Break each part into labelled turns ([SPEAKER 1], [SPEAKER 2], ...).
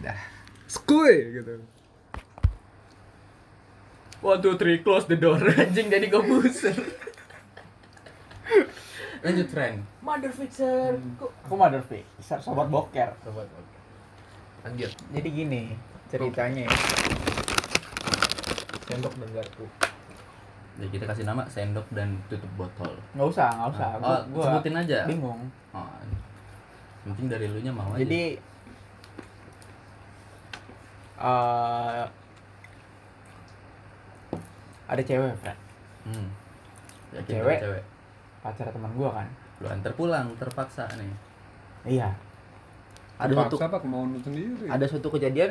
[SPEAKER 1] aja
[SPEAKER 2] Skuy gitu.
[SPEAKER 3] One, two, three, close the door Anjing jadi gue buser
[SPEAKER 1] lanjut tren
[SPEAKER 3] Mother fixer
[SPEAKER 4] Kok aku mother fixer, sobat boker.
[SPEAKER 1] sobat lanjut
[SPEAKER 4] Jadi gini ceritanya. ya.
[SPEAKER 2] Sendok dan garpu.
[SPEAKER 1] jadi Ya, kita kasih nama sendok dan tutup botol
[SPEAKER 4] Nggak usah, nggak usah.
[SPEAKER 1] Oh,
[SPEAKER 4] Gua- gua
[SPEAKER 1] sebutin aja iya.
[SPEAKER 4] bingung.
[SPEAKER 1] oh, mungkin dari lu nya mau
[SPEAKER 4] Jadi eh ada cewek, Fred.
[SPEAKER 1] aja hmm. Yakin
[SPEAKER 4] Cewek.
[SPEAKER 1] lu cewek
[SPEAKER 4] Pacar teman gua kan.
[SPEAKER 1] lu antar pulang terpaksa nih
[SPEAKER 4] Iya. Ada
[SPEAKER 2] Ada
[SPEAKER 4] suatu
[SPEAKER 2] Paksa apa kemauan lu sendiri?
[SPEAKER 4] ada suatu kejadian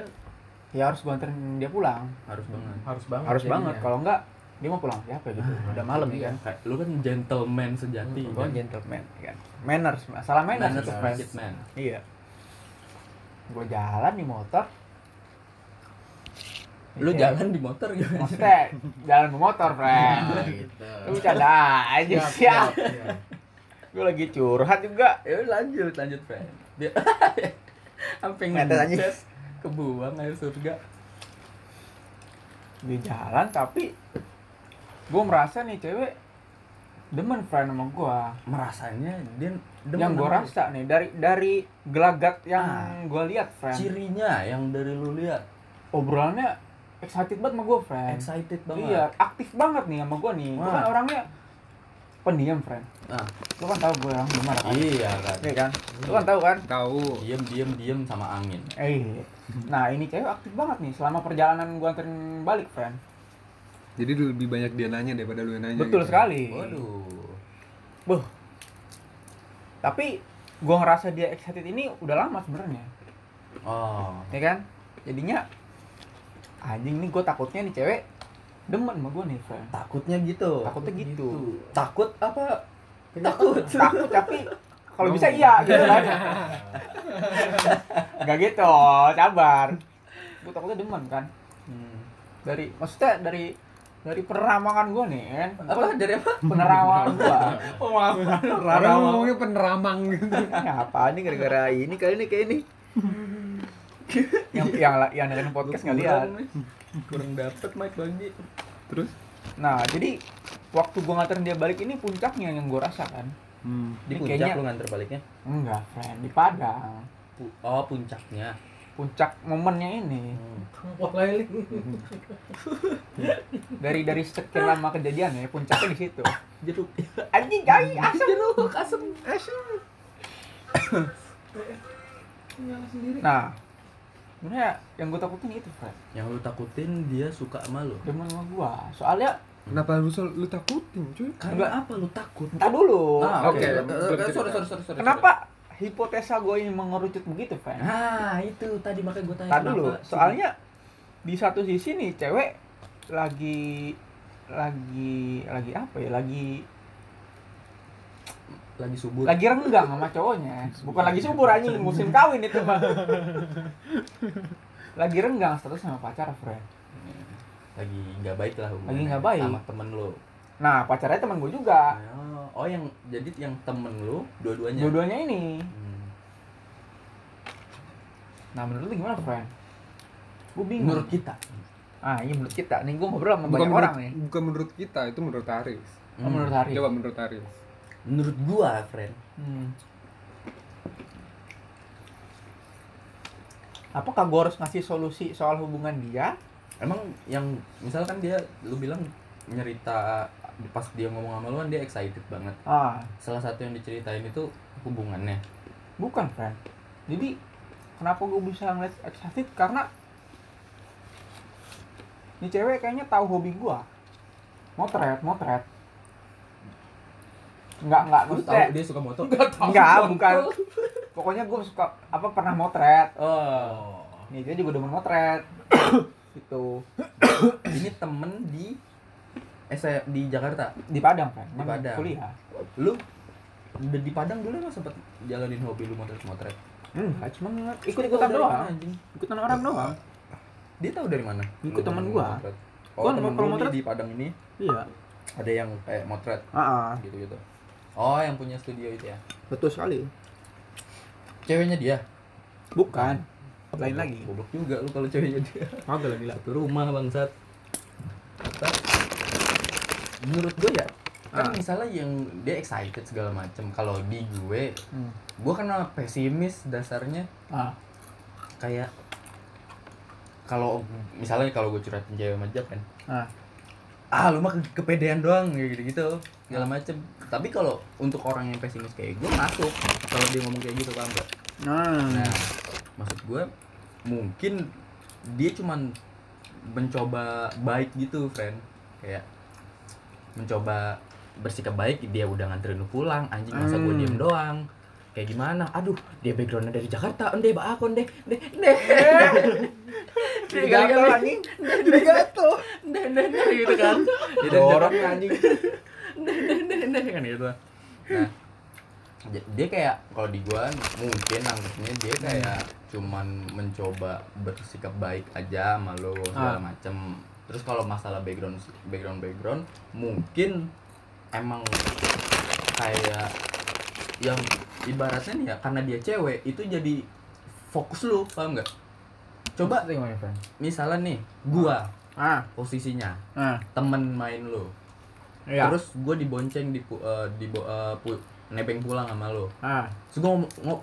[SPEAKER 4] ya harus gua anterin dia pulang.
[SPEAKER 1] harus banget
[SPEAKER 3] Harus banget
[SPEAKER 4] harus
[SPEAKER 3] jadinya.
[SPEAKER 4] banget. Kalau enggak dia mau pulang siapa gitu. Udah malam ya kan.
[SPEAKER 1] Ah, Kayak lu kan gentleman sejati
[SPEAKER 4] Gua
[SPEAKER 1] kan?
[SPEAKER 4] gentleman ya kan. Manners, salah manners,
[SPEAKER 1] Manners
[SPEAKER 4] itu,
[SPEAKER 1] are
[SPEAKER 4] Fred.
[SPEAKER 1] shit, man.
[SPEAKER 4] Iya. Gue jalan di motor.
[SPEAKER 1] lu
[SPEAKER 4] Iya.
[SPEAKER 1] jalan Ah, di motor gitu. gimana
[SPEAKER 4] Maksudnya jalan di motor, friend.
[SPEAKER 1] gitu.
[SPEAKER 4] Lu bercanda aja sih ya. Gue lagi curhat juga.
[SPEAKER 1] ya lanjut lanjut friend dia sampai
[SPEAKER 4] Ngetes aja.
[SPEAKER 1] ngetes kebuang air surga
[SPEAKER 4] Di jalan tapi gue merasa nih cewek demen friend sama gue.
[SPEAKER 1] merasanya dia demen
[SPEAKER 4] Yang gue
[SPEAKER 1] sama-
[SPEAKER 4] rasa nih dari dari gelagat yang
[SPEAKER 1] Ah.
[SPEAKER 4] gue lihat friend.
[SPEAKER 1] cirinya yang dari lu lihat
[SPEAKER 4] Obrolannya excited banget sama gue friend.
[SPEAKER 1] excited banget
[SPEAKER 4] Iya, aktif banget nih sama gue nih. Gue
[SPEAKER 1] Wah.
[SPEAKER 4] kan orangnya pendiam friend.
[SPEAKER 1] nah,
[SPEAKER 4] Lu kan tahu gue orang gimana kan?
[SPEAKER 1] iya kan
[SPEAKER 4] Iya kan? Lu kan tahu kan?
[SPEAKER 2] Tahu.
[SPEAKER 1] diem diem diem sama angin
[SPEAKER 4] Eh, iya. nah ini cewek aktif banget nih selama perjalanan gua anterin balik, friend.
[SPEAKER 2] Jadi lu lebih banyak dia nanya daripada lu yang nanya.
[SPEAKER 4] Betul
[SPEAKER 2] gitu.
[SPEAKER 4] sekali.
[SPEAKER 1] waduh
[SPEAKER 4] Buh. Tapi gua ngerasa dia excited ini udah lama sebenarnya,
[SPEAKER 1] oh
[SPEAKER 4] ya kan? Jadinya anjing nih gua takutnya nih cewek demen sama gua nih, friend.
[SPEAKER 1] takutnya gitu
[SPEAKER 4] Takutnya gitu. Iya,
[SPEAKER 1] takut apa takut
[SPEAKER 4] Takut tapi kalau bisa iya gitu kan. Gak gitu, sabar. Gua takutnya demen kan.
[SPEAKER 1] Hmm.
[SPEAKER 4] Dari maksudnya dari dari peramangan gua nih kan.
[SPEAKER 1] apa dari apa
[SPEAKER 4] penerawangan gua
[SPEAKER 1] oh maaf
[SPEAKER 2] Orang ngomongnya peneramang gitu.
[SPEAKER 4] ya apa nih gara-gara ini kali ini kayak ini yang yang la- yang dengerin podcast nggak lihat
[SPEAKER 1] kurang dapet mic lagi
[SPEAKER 2] Terus?
[SPEAKER 4] nah jadi waktu gua nganterin dia balik ini puncaknya yang gua rasakan
[SPEAKER 2] Hmm.
[SPEAKER 1] di
[SPEAKER 4] Ini
[SPEAKER 1] puncak
[SPEAKER 4] kayaknya-
[SPEAKER 1] lu nganter baliknya
[SPEAKER 4] enggak friend di Padang
[SPEAKER 1] Pu- oh puncaknya
[SPEAKER 4] puncak momennya ini
[SPEAKER 3] Wah lailik
[SPEAKER 4] dari dari sekian lama kejadian ya puncaknya di situ
[SPEAKER 1] jeruk
[SPEAKER 4] anjing Eh, kai asem
[SPEAKER 1] jeruk asem
[SPEAKER 4] nah sebenarnya yang gua takutin itu friend
[SPEAKER 1] yang lu takutin dia suka sama lu
[SPEAKER 4] demen sama gua soalnya
[SPEAKER 2] Kenapa lu sol- lu takutin, cuy?
[SPEAKER 1] karena apa lu takut
[SPEAKER 4] entah dulu
[SPEAKER 1] ah oke
[SPEAKER 2] oke.
[SPEAKER 1] Eh, eh, sorry sorry sorry sorry.
[SPEAKER 4] kenapa hipotesa gua ini mengerucut begitu friend
[SPEAKER 1] ah itu tadi makanya gue tanya
[SPEAKER 4] Tahan dulu,
[SPEAKER 1] kenapa?
[SPEAKER 4] soalnya di satu sisi nih cewek lagi lagi lagi apa ya lagi
[SPEAKER 1] lagi subur
[SPEAKER 4] lagi renggang sama cowoknya bukan lagi subur anjing musim kawin itu mah lagi renggang status sama pacar friend
[SPEAKER 1] lagi nggak baik lah hubungannya
[SPEAKER 4] Lagi nggak baik. Ah.
[SPEAKER 1] sama temen lu
[SPEAKER 4] nah pacarnya teman gue juga
[SPEAKER 1] oh, oh, yang jadi yang temen lu dua-duanya
[SPEAKER 4] dua-duanya ini
[SPEAKER 1] Hmm.
[SPEAKER 4] nah menurut lu gimana friend gue bingung
[SPEAKER 1] menurut kita
[SPEAKER 4] ah iya menurut kita nih gue ngobrol sama
[SPEAKER 2] Bukan
[SPEAKER 4] banyak
[SPEAKER 2] menurut,
[SPEAKER 4] orang ya? nih
[SPEAKER 2] bukan menurut kita, itu menurut Aris.
[SPEAKER 4] Oh, menurut Hari
[SPEAKER 2] Coba menurut Aris.
[SPEAKER 1] Hmm. menurut gua friend
[SPEAKER 4] Hmm. Apakah gue harus ngasih solusi soal hubungan dia?
[SPEAKER 1] emang yang misalkan dia lu bilang nyerita pas dia ngomong sama lu kan dia excited banget
[SPEAKER 4] Ah,
[SPEAKER 1] salah satu yang diceritain itu hubungannya
[SPEAKER 4] bukan, friend. Jadi kenapa gue bisa ngeliat excited? Karena ini cewek kayaknya tahu hobi gue. Motret, motret. Enggak, enggak,
[SPEAKER 1] lu
[SPEAKER 4] maksudnya.
[SPEAKER 1] tahu dia suka motor
[SPEAKER 4] Enggak, bukan. Pokoknya gue suka apa pernah motret.
[SPEAKER 1] oh
[SPEAKER 4] Nih, dia juga demen motret. gitu.
[SPEAKER 1] ini temen di eh saya di Jakarta
[SPEAKER 4] Di Padang, friend.
[SPEAKER 1] Di Padang.
[SPEAKER 4] Kuliah.
[SPEAKER 1] lu udah di Padang dulu emang sempet jalanin hobi lu motret-motret
[SPEAKER 4] Hmm, nggak, cuma
[SPEAKER 1] Lu tahu
[SPEAKER 4] ikut-ikutan
[SPEAKER 1] dari
[SPEAKER 4] doang.
[SPEAKER 1] mana, anjing?
[SPEAKER 4] ikutan orang doang
[SPEAKER 1] dia tahu dari mana
[SPEAKER 4] Ikut
[SPEAKER 1] Lu
[SPEAKER 4] temen
[SPEAKER 1] demen
[SPEAKER 4] gua.
[SPEAKER 1] motret.
[SPEAKER 4] Gua
[SPEAKER 1] oh temen
[SPEAKER 4] kalau
[SPEAKER 1] lu
[SPEAKER 4] motret-
[SPEAKER 1] nih di Padang ini
[SPEAKER 4] iya
[SPEAKER 1] ada yang kayak motret
[SPEAKER 4] ah
[SPEAKER 1] gitu gitu oh yang punya studio itu ya
[SPEAKER 4] betul sekali
[SPEAKER 1] ceweknya dia
[SPEAKER 4] bukan lain
[SPEAKER 1] Goblok-
[SPEAKER 4] lagi.
[SPEAKER 1] Goblok juga lu kalau ceweknya dia.
[SPEAKER 4] Kagak lah gila.
[SPEAKER 1] Satu rumah bangsat. Kata menurut gue ya kan
[SPEAKER 2] Ah.
[SPEAKER 1] misalnya yang dia excited segala macem kalau di gue
[SPEAKER 4] Hmm.
[SPEAKER 1] gue karena pesimis dasarnya
[SPEAKER 4] Ah.
[SPEAKER 1] kayak kalau misalnya kalau gue curhatin cewek sama Jack kan
[SPEAKER 4] Ah.
[SPEAKER 1] ah lu mah ke- kepedean doang gitu gitu segala macem tapi kalau untuk orang yang pesimis kayak gue masuk kalau dia ngomong kayak gitu paham gak nah maksud gue mungkin dia cuman mencoba baik gitu friend kayak mencoba bersikap baik dia udah nganterin lu pulang anjing masa gue
[SPEAKER 2] Hmm.
[SPEAKER 1] diem doang kayak gimana aduh dia backgroundnya dari Jakarta ende bakon deh deh deh
[SPEAKER 4] Jadi gatel anjing. Jadi gatel.
[SPEAKER 1] deh deh deh gitu kan Dia deh,
[SPEAKER 4] Dorong anjing.
[SPEAKER 1] deh deh deh deh kan gitu nah j- dia kayak kalau di gua mungkin anggapnya dia kayak cuman mencoba bersikap baik aja sama lo segala macem terus kalau masalah background background background mungkin emang kayak yang ibaratnya nih ya karena dia cewek itu jadi fokus lu paham nggak coba misalnya nih gua
[SPEAKER 4] Ah.
[SPEAKER 1] posisinya
[SPEAKER 4] Ah.
[SPEAKER 1] temen main lu
[SPEAKER 4] Iya.
[SPEAKER 1] terus gue dibonceng di pu- eh, di bo- eh, pu- nebeng pulang sama lo
[SPEAKER 4] Ah.
[SPEAKER 1] terus gue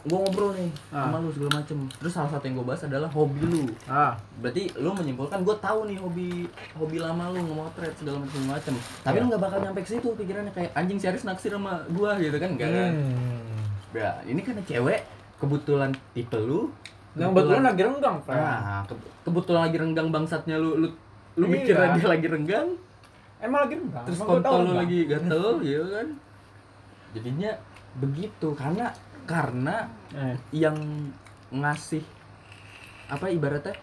[SPEAKER 1] ngobrol nih
[SPEAKER 4] Ah.
[SPEAKER 1] sama lo segala macem terus salah satu yang gue bahas adalah hobi lu
[SPEAKER 4] Ah.
[SPEAKER 1] berarti lu menyimpulkan gue tahu nih hobi hobi lama lu ngemotret segala macem macem
[SPEAKER 4] Ya.
[SPEAKER 1] tapi lu nggak bakal nyampe ke situ pikirannya kayak anjing serius naksir sama gue gitu kan
[SPEAKER 4] Hmm.
[SPEAKER 1] enggak kan ya ini karena cewek kebetulan tipe lu
[SPEAKER 4] Yang betulan lagi renggang, Fran.
[SPEAKER 1] nah, ke- kebetulan lagi renggang bangsatnya lu lu lu
[SPEAKER 4] Iya.
[SPEAKER 1] mikirnya dia lagi renggang
[SPEAKER 4] Emang lagi renggang.
[SPEAKER 1] terus
[SPEAKER 4] Emang gua tahu
[SPEAKER 1] kontol lu
[SPEAKER 4] renggang?
[SPEAKER 1] lagi gatel gitu kan jadinya begitu karena karena
[SPEAKER 4] Eh.
[SPEAKER 1] yang ngasih apa ibaratnya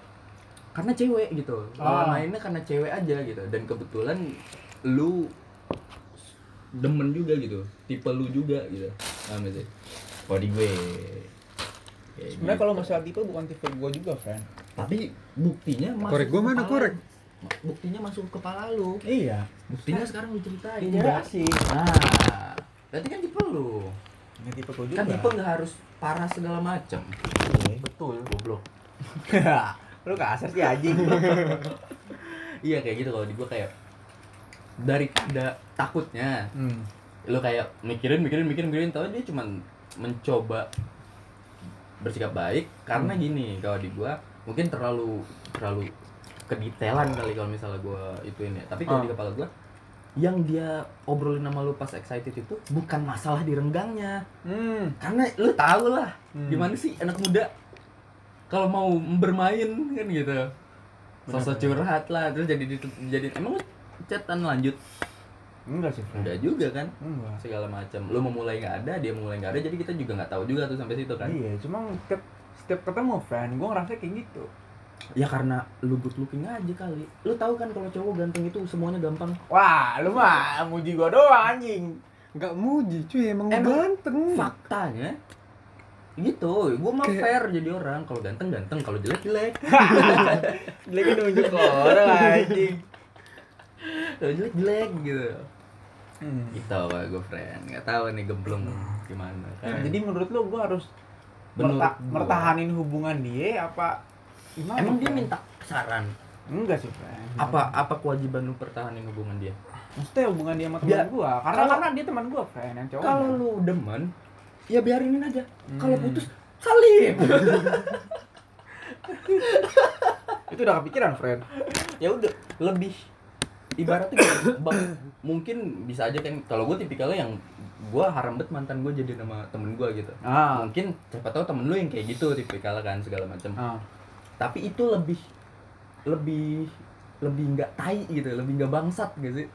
[SPEAKER 1] karena cewek gitu
[SPEAKER 4] Ah.
[SPEAKER 1] mainnya karena cewek aja gitu dan kebetulan lu demen juga gitu tipe lu juga gitu paham gak sih kalau di gue Kayak
[SPEAKER 4] Sebenarnya
[SPEAKER 1] gitu.
[SPEAKER 4] kalau masalah tipe bukan tipe gua juga, Fran.
[SPEAKER 1] tapi buktinya masuk
[SPEAKER 2] Korek gua
[SPEAKER 1] ke
[SPEAKER 2] mana,
[SPEAKER 1] kepala-
[SPEAKER 2] korek?
[SPEAKER 1] buktinya masuk ke kepala lu
[SPEAKER 4] Iya.
[SPEAKER 1] buktinya sekarang lu ceritain
[SPEAKER 4] Iya sih.
[SPEAKER 1] Nah, berarti kan tipe lu.
[SPEAKER 4] Ini tipe gua
[SPEAKER 1] Kan
[SPEAKER 4] juga.
[SPEAKER 1] tipe nggak harus parah segala macam. Betul. Goblok.
[SPEAKER 4] Lu kasar sih anjing.
[SPEAKER 1] Iya kayak gitu kalau di gua kayak daripada takutnya
[SPEAKER 4] Hmm.
[SPEAKER 1] lu kayak mikirin mikirin mikirin mikirin tahu dia cuman mencoba bersikap baik karena gini kalau di gua mungkin terlalu terlalu kedetailan kali kalau misalnya gua ituin ya tapi
[SPEAKER 4] Ah.
[SPEAKER 1] kalau di kepala gua yang dia obrolin sama lu pas excited itu bukan masalah di renggangnya
[SPEAKER 2] Hmm.
[SPEAKER 1] karena lu tau lah
[SPEAKER 2] Hmm.
[SPEAKER 1] gimana sih anak muda kalau mau bermain kan gitu sosok curhat lah terus jadi ditut- jadi emang lu chatan lanjut
[SPEAKER 4] Enggak sih, Fran.
[SPEAKER 1] enggak juga kan
[SPEAKER 4] Enggak.
[SPEAKER 1] segala macam lu memulai nggak ada dia mulai nggak ada jadi kita juga nggak tahu juga tuh sampai situ kan
[SPEAKER 4] Iya, cuma setiap setiap ketemu friend, gue ngerasa kayak gitu.
[SPEAKER 1] ya karena lu good looking aja kali lu tahu kan kalau cowok ganteng itu semuanya gampang
[SPEAKER 4] Iya. Wah, lu mah muji gue doang anjing.
[SPEAKER 2] Nggak muji cuy, emang,
[SPEAKER 1] Emang
[SPEAKER 2] ganteng.
[SPEAKER 1] faktanya gitu gua mau
[SPEAKER 2] Kayak-
[SPEAKER 1] fair jadi orang kalau ganteng ganteng kalau jelek jelek
[SPEAKER 4] Lagi nunjuk ke orang anjing.
[SPEAKER 1] kalau jelek jelek gitu
[SPEAKER 2] Hmm.
[SPEAKER 1] gitu apa gue friend nggak tahu nih gemblong gimana kan
[SPEAKER 4] Jadi menurut lu gue harus
[SPEAKER 1] Menurut
[SPEAKER 4] merta-
[SPEAKER 1] gua-
[SPEAKER 4] mertahanin hubungan dia apa gimana?
[SPEAKER 1] emang dia
[SPEAKER 4] Fran?
[SPEAKER 1] minta saran
[SPEAKER 4] enggak sih, friend.
[SPEAKER 1] apa apa kewajiban lu pertahanin hubungan dia
[SPEAKER 4] Maksudnya hubungan dia sama
[SPEAKER 1] Dia-
[SPEAKER 4] teman gue. Karena
[SPEAKER 1] kalau-
[SPEAKER 4] karena dia teman gue, friend, yang cowok.
[SPEAKER 1] kalau lu demen ya biarinin aja kalau
[SPEAKER 4] Hmm.
[SPEAKER 1] putus salim
[SPEAKER 4] itu udah kepikiran, friend.
[SPEAKER 1] ya udah lebih ibaratnya gini, bang, mungkin bisa aja kan kalau gue tipikalnya yang gue haram bet mantan gue jadi nama temen gue gitu
[SPEAKER 4] Ah.
[SPEAKER 1] mungkin siapa tahu temen lu yang kayak gitu tipikalnya kan segala macam
[SPEAKER 4] Ah.
[SPEAKER 1] tapi itu lebih lebih lebih nggak tai gitu lebih nggak bangsat gak sih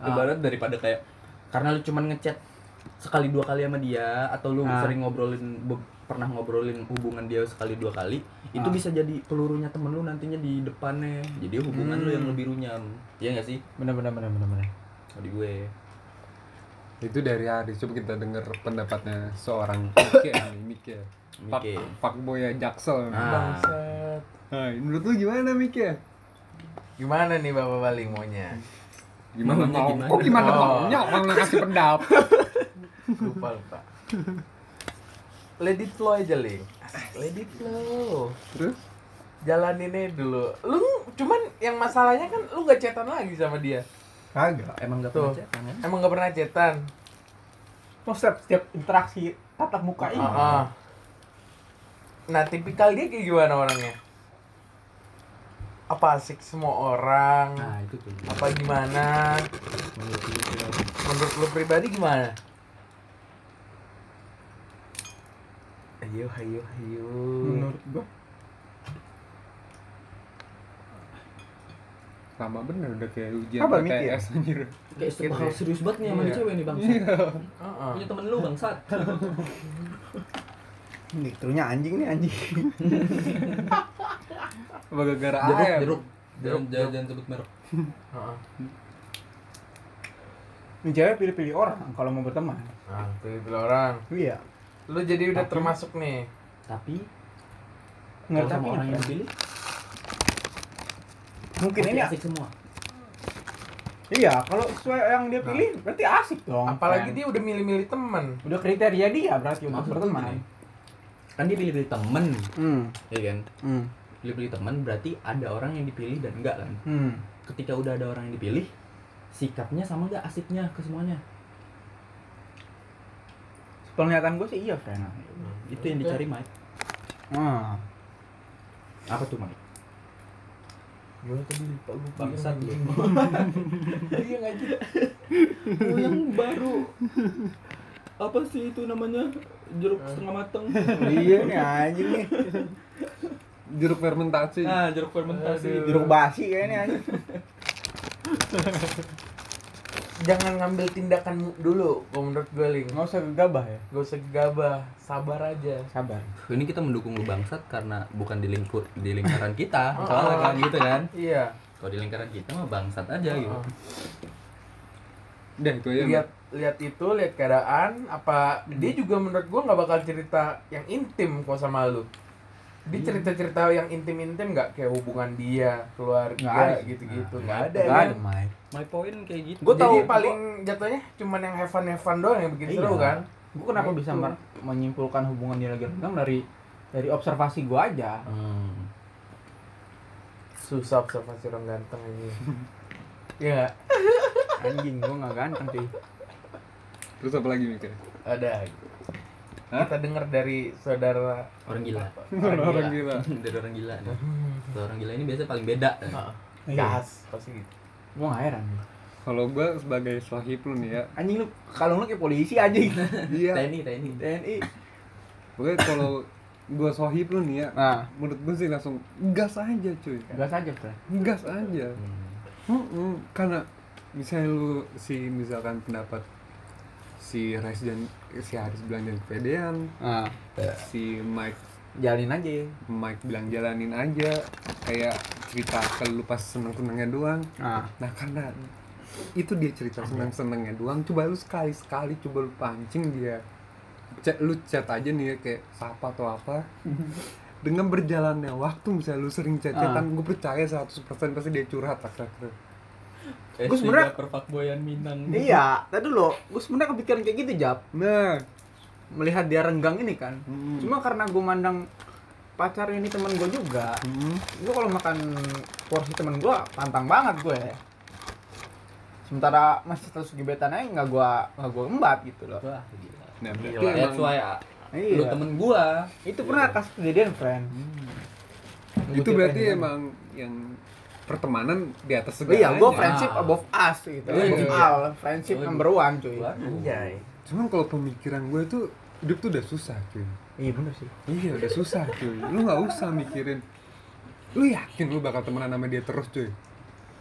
[SPEAKER 4] Ah.
[SPEAKER 1] ibarat daripada kayak karena lu cuman ngechat sekali dua kali sama dia atau lu
[SPEAKER 4] Ah.
[SPEAKER 1] sering ngobrolin be- pernah ngobrolin hubungan dia sekali dua kali itu
[SPEAKER 4] Ah.
[SPEAKER 1] bisa jadi pelurunya temen lu nantinya di depannya jadi hubungan lu yang
[SPEAKER 4] Hmm.
[SPEAKER 1] lebih runyam iya gak sih
[SPEAKER 4] Bener bener bener bener bener.
[SPEAKER 1] kalau di gue
[SPEAKER 2] Itu dari hari coba kita denger pendapatnya seorang Mike nih, Mike. Pak
[SPEAKER 1] Mike
[SPEAKER 2] Pak Boya ya, Jaksel.
[SPEAKER 1] Ah.
[SPEAKER 4] Bangsat.
[SPEAKER 2] Nah, menurut lu gimana Mike?
[SPEAKER 5] Gimana nih Bapak Bali maunya?
[SPEAKER 2] Gimana
[SPEAKER 1] Maunya
[SPEAKER 2] mau?
[SPEAKER 1] gimana?
[SPEAKER 2] Kok gimana
[SPEAKER 5] Oh.
[SPEAKER 2] maunya orang ngasih pendapat?
[SPEAKER 5] Lupa lupa. Let it flow aja, Ling. Let it flow.
[SPEAKER 2] Terus?
[SPEAKER 5] jalan ini dulu lu cuman yang masalahnya kan lu gak cetan lagi sama dia
[SPEAKER 1] Kagak, emang gak pernah
[SPEAKER 5] Tuh.
[SPEAKER 1] cetan kan?
[SPEAKER 5] emang gak pernah cetan
[SPEAKER 4] Terus setiap, setiap interaksi tatap muka ini.
[SPEAKER 5] Heeh. nah tipikal dia kayak gimana orangnya apa asik semua orang
[SPEAKER 1] Nah, itu tuh.
[SPEAKER 5] apa gimana
[SPEAKER 1] Menurut lu tuh.
[SPEAKER 5] menurut lu pribadi gimana ayo ayo ayo
[SPEAKER 3] Menurut gua
[SPEAKER 2] lama bener udah kayak ujian
[SPEAKER 4] Apa,
[SPEAKER 2] PTS anjir
[SPEAKER 3] kayak
[SPEAKER 5] Gitu
[SPEAKER 3] bakal
[SPEAKER 5] ya.
[SPEAKER 3] serius banget nih sama
[SPEAKER 2] Iya.
[SPEAKER 3] nih cewek nih bang.
[SPEAKER 5] Heeh.
[SPEAKER 3] Punya temen lu bangsat.
[SPEAKER 4] Ini turunnya anjing nih anjing.
[SPEAKER 2] apa gara-gara
[SPEAKER 1] Jeruk,
[SPEAKER 2] AM
[SPEAKER 1] jeruk. Jangan,
[SPEAKER 5] Jeruk,
[SPEAKER 1] jangan, jangan sebut merek.
[SPEAKER 5] Heeh.
[SPEAKER 4] Ini cewek pilih-pilih orang kalau mau berteman.
[SPEAKER 5] Nah, pilih-pilih orang.
[SPEAKER 4] Iya.
[SPEAKER 5] Lu jadi udah
[SPEAKER 1] Tapi-
[SPEAKER 5] termasuk nih.
[SPEAKER 1] Tapi
[SPEAKER 4] Ngerti
[SPEAKER 1] kalau sama orang yang dipilih,
[SPEAKER 4] ya? Mungkin
[SPEAKER 1] pasti
[SPEAKER 4] ini ya?
[SPEAKER 1] asik semua.
[SPEAKER 4] iya, kalau sesuai yang dia pilih berarti asik dong. Kan.
[SPEAKER 5] Apalagi
[SPEAKER 4] friend.
[SPEAKER 5] dia udah milih-milih temen.
[SPEAKER 4] udah kriteria dia berarti untuk
[SPEAKER 1] Maksud
[SPEAKER 4] berteman.
[SPEAKER 1] gini, Kan dia pilih-pilih temen,
[SPEAKER 4] Hmm.
[SPEAKER 1] ya kan?
[SPEAKER 4] Hmm.
[SPEAKER 1] Pilih-pilih temen berarti ada orang yang dipilih dan enggak kan?
[SPEAKER 4] Hmm.
[SPEAKER 1] Ketika udah ada orang yang dipilih, sikapnya sama enggak asiknya ke semuanya?
[SPEAKER 4] Penglihatan gue sih iya, Fena.
[SPEAKER 1] Itu yang dicari Mike.
[SPEAKER 4] Hmm.
[SPEAKER 1] Apa tuh Mike?
[SPEAKER 5] Gue tadi lupa lupa.
[SPEAKER 1] Bangsat lu.
[SPEAKER 5] Iya nggak sih?
[SPEAKER 3] Oh, yang baru. Apa sih itu namanya? Jeruk setengah mateng.
[SPEAKER 4] iya nih anjing nih.
[SPEAKER 2] jeruk fermentasi
[SPEAKER 1] Ah.
[SPEAKER 3] Nah, jeruk fermentasi.
[SPEAKER 4] Jeruk basi kayaknya anjing.
[SPEAKER 5] Jangan ngambil tindakan mu- dulu. Kalau menurut gue ling.
[SPEAKER 4] Nggak usah gegabah ya.
[SPEAKER 5] Gak usah gegabah, sabar aja.
[SPEAKER 4] Sabar.
[SPEAKER 1] Ini kita mendukung lu bangsat karena bukan di lingkup di lingkaran kita, soalnya kan gitu kan.
[SPEAKER 5] Iya.
[SPEAKER 1] Kalau di lingkaran kita mah bangsat aja gitu.
[SPEAKER 2] udah itu aja
[SPEAKER 5] Lihat lihat itu, lihat keadaan. Apa dia juga menurut gue nggak bakal cerita yang intim kok sama lu. Dia cerita-cerita yang intim-intim nggak kayak hubungan dia, keluarga
[SPEAKER 4] Nggak ada.
[SPEAKER 5] gitu-gitu nggak ada.
[SPEAKER 4] Nggak
[SPEAKER 5] Bang.
[SPEAKER 4] ada, Mai.
[SPEAKER 3] My point kayak gitu.
[SPEAKER 5] Gue tahu
[SPEAKER 3] Jadi,
[SPEAKER 5] paling jatuhnya cuman yang have fun have fun doang yang bikin
[SPEAKER 4] Iya.
[SPEAKER 5] seru kan.
[SPEAKER 4] Gue kenapa
[SPEAKER 5] Nah,
[SPEAKER 4] bisa
[SPEAKER 5] itu.
[SPEAKER 4] mer- menyimpulkan hubungan dia lagi renggang dari dari observasi gue aja.
[SPEAKER 1] Hmm.
[SPEAKER 5] Susah observasi orang ganteng ini. Iya nggak?
[SPEAKER 4] Anjing, gue nggak ganteng sih.
[SPEAKER 2] terus apa lagi mikirnya
[SPEAKER 5] Ada.
[SPEAKER 2] Hah?
[SPEAKER 5] Kita dengar dari saudara
[SPEAKER 1] Orang gila.
[SPEAKER 2] orang gila
[SPEAKER 1] Dari orang gila nih. Kalau orang gila ini biasanya paling beda.
[SPEAKER 5] Heeh.
[SPEAKER 4] Iya.
[SPEAKER 5] Gas pasti gitu.
[SPEAKER 4] Gue nggak heran.
[SPEAKER 2] kalau gua sebagai sohib lu nih ya
[SPEAKER 4] Anjing lu kalau lu kayak polisi anjing.
[SPEAKER 2] iya
[SPEAKER 1] TNI, TNI.
[SPEAKER 4] TNI.
[SPEAKER 2] pokoknya kalau gua sohib lu nih ya
[SPEAKER 4] Nah,
[SPEAKER 2] menurut gua sih langsung gas aja cuy
[SPEAKER 4] gas aja, Fre.
[SPEAKER 2] gas aja
[SPEAKER 1] Hmm.
[SPEAKER 2] Mm-mm. karena misalnya lu si misalkan pendapat si Rais dan si Haris bilang dan kepedean
[SPEAKER 4] Nah,
[SPEAKER 2] si Mike
[SPEAKER 4] jalin aja.
[SPEAKER 2] Mike bilang jalanin aja kayak cerita ke lu pas seneng senengnya doang
[SPEAKER 4] Nah,
[SPEAKER 2] nah karena itu dia cerita seneng senengnya doang coba lu sekali sekali coba lu pancing dia chat lu chat aja nih ya, kayak sapa atau apa dengan berjalannya waktu misalnya lu sering chat chatan gue percaya 100% pasti dia curhat akhir-akhir
[SPEAKER 3] SD
[SPEAKER 1] Eh,
[SPEAKER 4] Gua sebenernya-
[SPEAKER 3] dapper fuckboyan Minang.
[SPEAKER 4] iya, tadi lo, gue sebenarnya kepikiran kayak gitu, Jap.
[SPEAKER 2] nah
[SPEAKER 4] Melihat dia renggang ini kan.
[SPEAKER 2] mm,
[SPEAKER 4] Cuma karena gue mandang pacar ini temen gue juga,
[SPEAKER 2] mm.
[SPEAKER 4] gue kalau makan porsi temen gue pantang banget gue. Sementara masih terus gebetan aja nggak gue nggak gue embat gitu loh. Iya.
[SPEAKER 1] Wah, ah, gila.
[SPEAKER 2] Nah, berarti
[SPEAKER 4] ya,
[SPEAKER 1] Gila, that's
[SPEAKER 2] emang
[SPEAKER 1] why ah, lu temen Iya. gua.
[SPEAKER 4] itu pernah kasus kejadian, friend.
[SPEAKER 1] Hmm.
[SPEAKER 2] itu berarti emang yang pertemanan di atas
[SPEAKER 4] Oh iya,
[SPEAKER 2] segalanya.
[SPEAKER 4] gue friendship above us gitu.
[SPEAKER 1] Iya.
[SPEAKER 4] Above all, friendship
[SPEAKER 1] Iya.
[SPEAKER 4] number one cuy.
[SPEAKER 1] Waduh.
[SPEAKER 5] Iya.
[SPEAKER 2] Cuman kalau pemikiran gue tuh hidup tuh udah susah cuy.
[SPEAKER 4] Iya bener sih.
[SPEAKER 2] Iya udah susah cuy. Lu nggak usah mikirin. Lu yakin lu bakal temenan sama dia terus cuy?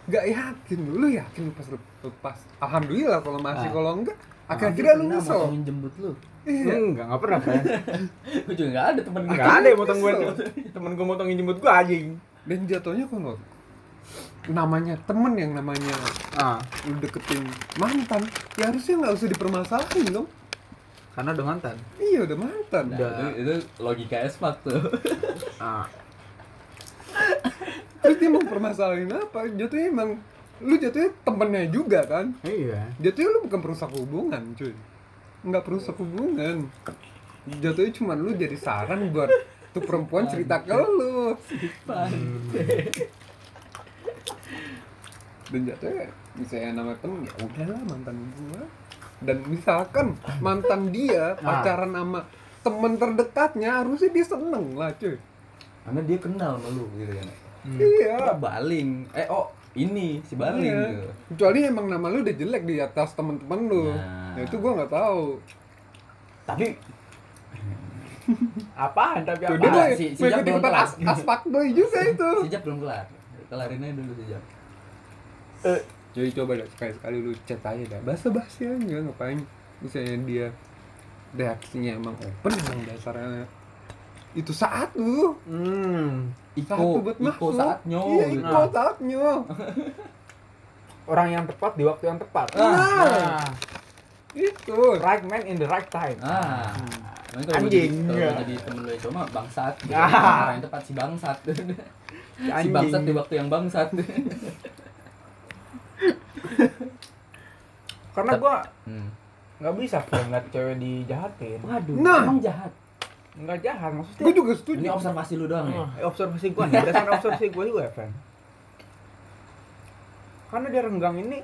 [SPEAKER 2] Gak yakin lu. Lu yakin pas lepas. Alhamdulillah kalau masih
[SPEAKER 4] Ah.
[SPEAKER 2] kalau enggak akhir-akhirnya lu
[SPEAKER 1] Pernah
[SPEAKER 2] nyesel.
[SPEAKER 1] motongin jembut lu.
[SPEAKER 2] Iya.
[SPEAKER 4] Enggak, enggak pernah, friend.
[SPEAKER 1] Gua juga enggak ada temen
[SPEAKER 4] Enggak ada yang motong gue tuh. Temen gue motongin jembut gue anjing.
[SPEAKER 2] Dan jatuhnya kalau namanya temen yang namanya
[SPEAKER 4] Ah,
[SPEAKER 2] lu deketin mantan ya harusnya nggak usah dipermasalahin dong
[SPEAKER 4] karena udah mantan.
[SPEAKER 2] iya udah mantan
[SPEAKER 1] Nah, itu, itu logika es fuck tuh.
[SPEAKER 4] Ah,
[SPEAKER 2] terus dia mau permasalahin apa jatuhnya emang lu jatuhnya temennya juga kan
[SPEAKER 4] iya.
[SPEAKER 2] jatuhnya lu bukan perusak hubungan cuy nggak perusak hubungan jatuhnya cuma lu jadi saran buat tuh perempuan cerita ke lu dan jatuhnya misalnya namanya temen ya udahlah mantan gua dan misalkan mantan dia pacaran sama temen terdekatnya harusnya dia seneng lah cuy
[SPEAKER 1] karena dia kenal sama lu gitu kan
[SPEAKER 2] iya
[SPEAKER 1] oh, baling eh oh ini si baling
[SPEAKER 2] Iya.
[SPEAKER 1] gitu
[SPEAKER 2] kecuali emang nama lu udah jelek di atas temen-temen lu
[SPEAKER 1] Nah.
[SPEAKER 2] ya itu gua nggak tahu
[SPEAKER 1] tapi
[SPEAKER 4] Apaan tapi
[SPEAKER 2] Tuh,
[SPEAKER 4] apa?
[SPEAKER 2] dia
[SPEAKER 1] Apaan
[SPEAKER 2] tuh
[SPEAKER 1] sih? Si Jack
[SPEAKER 2] ikut
[SPEAKER 1] belum
[SPEAKER 2] ikutan
[SPEAKER 1] kelar.
[SPEAKER 2] as, aspak doi juga itu
[SPEAKER 1] si Jack belum kelar kelarin aja dulu si Jack
[SPEAKER 2] jadi coba deh sekali sekali lu chat aja dah bahasa basi aja ngapain misalnya dia reaksinya emang open emang dasarnya itu saat lu
[SPEAKER 5] Hmm.
[SPEAKER 1] Iko,
[SPEAKER 2] Satu buat
[SPEAKER 1] Iko
[SPEAKER 2] makhluk.
[SPEAKER 1] saatnya
[SPEAKER 2] iya
[SPEAKER 1] gitu.
[SPEAKER 2] itu saatnya
[SPEAKER 4] Orang yang tepat di waktu yang tepat.
[SPEAKER 2] nah
[SPEAKER 4] Nah,
[SPEAKER 2] itu
[SPEAKER 4] right man in the right time.
[SPEAKER 1] Ah, nah, kalau gua
[SPEAKER 4] Anjing.
[SPEAKER 1] jadi, kalau gua jadi temen lu yang cuma bangsat, gitu.
[SPEAKER 4] Ah.
[SPEAKER 1] orang yang tepat si bangsat, si
[SPEAKER 4] anjing.
[SPEAKER 1] bangsat di waktu yang bangsat.
[SPEAKER 4] Karena gua
[SPEAKER 1] Hmm.
[SPEAKER 4] nggak bisa kalau ngeliat cewek dijahatin.
[SPEAKER 1] Waduh,
[SPEAKER 2] Nah.
[SPEAKER 1] emang jahat.
[SPEAKER 4] Nggak jahat maksudnya.
[SPEAKER 2] gue juga
[SPEAKER 1] Ini
[SPEAKER 2] setuju
[SPEAKER 1] observasi lu doang ya.
[SPEAKER 4] Eh, observasi gua nih, berdasarkan observasi gua juga Evan. Karena dia renggang ini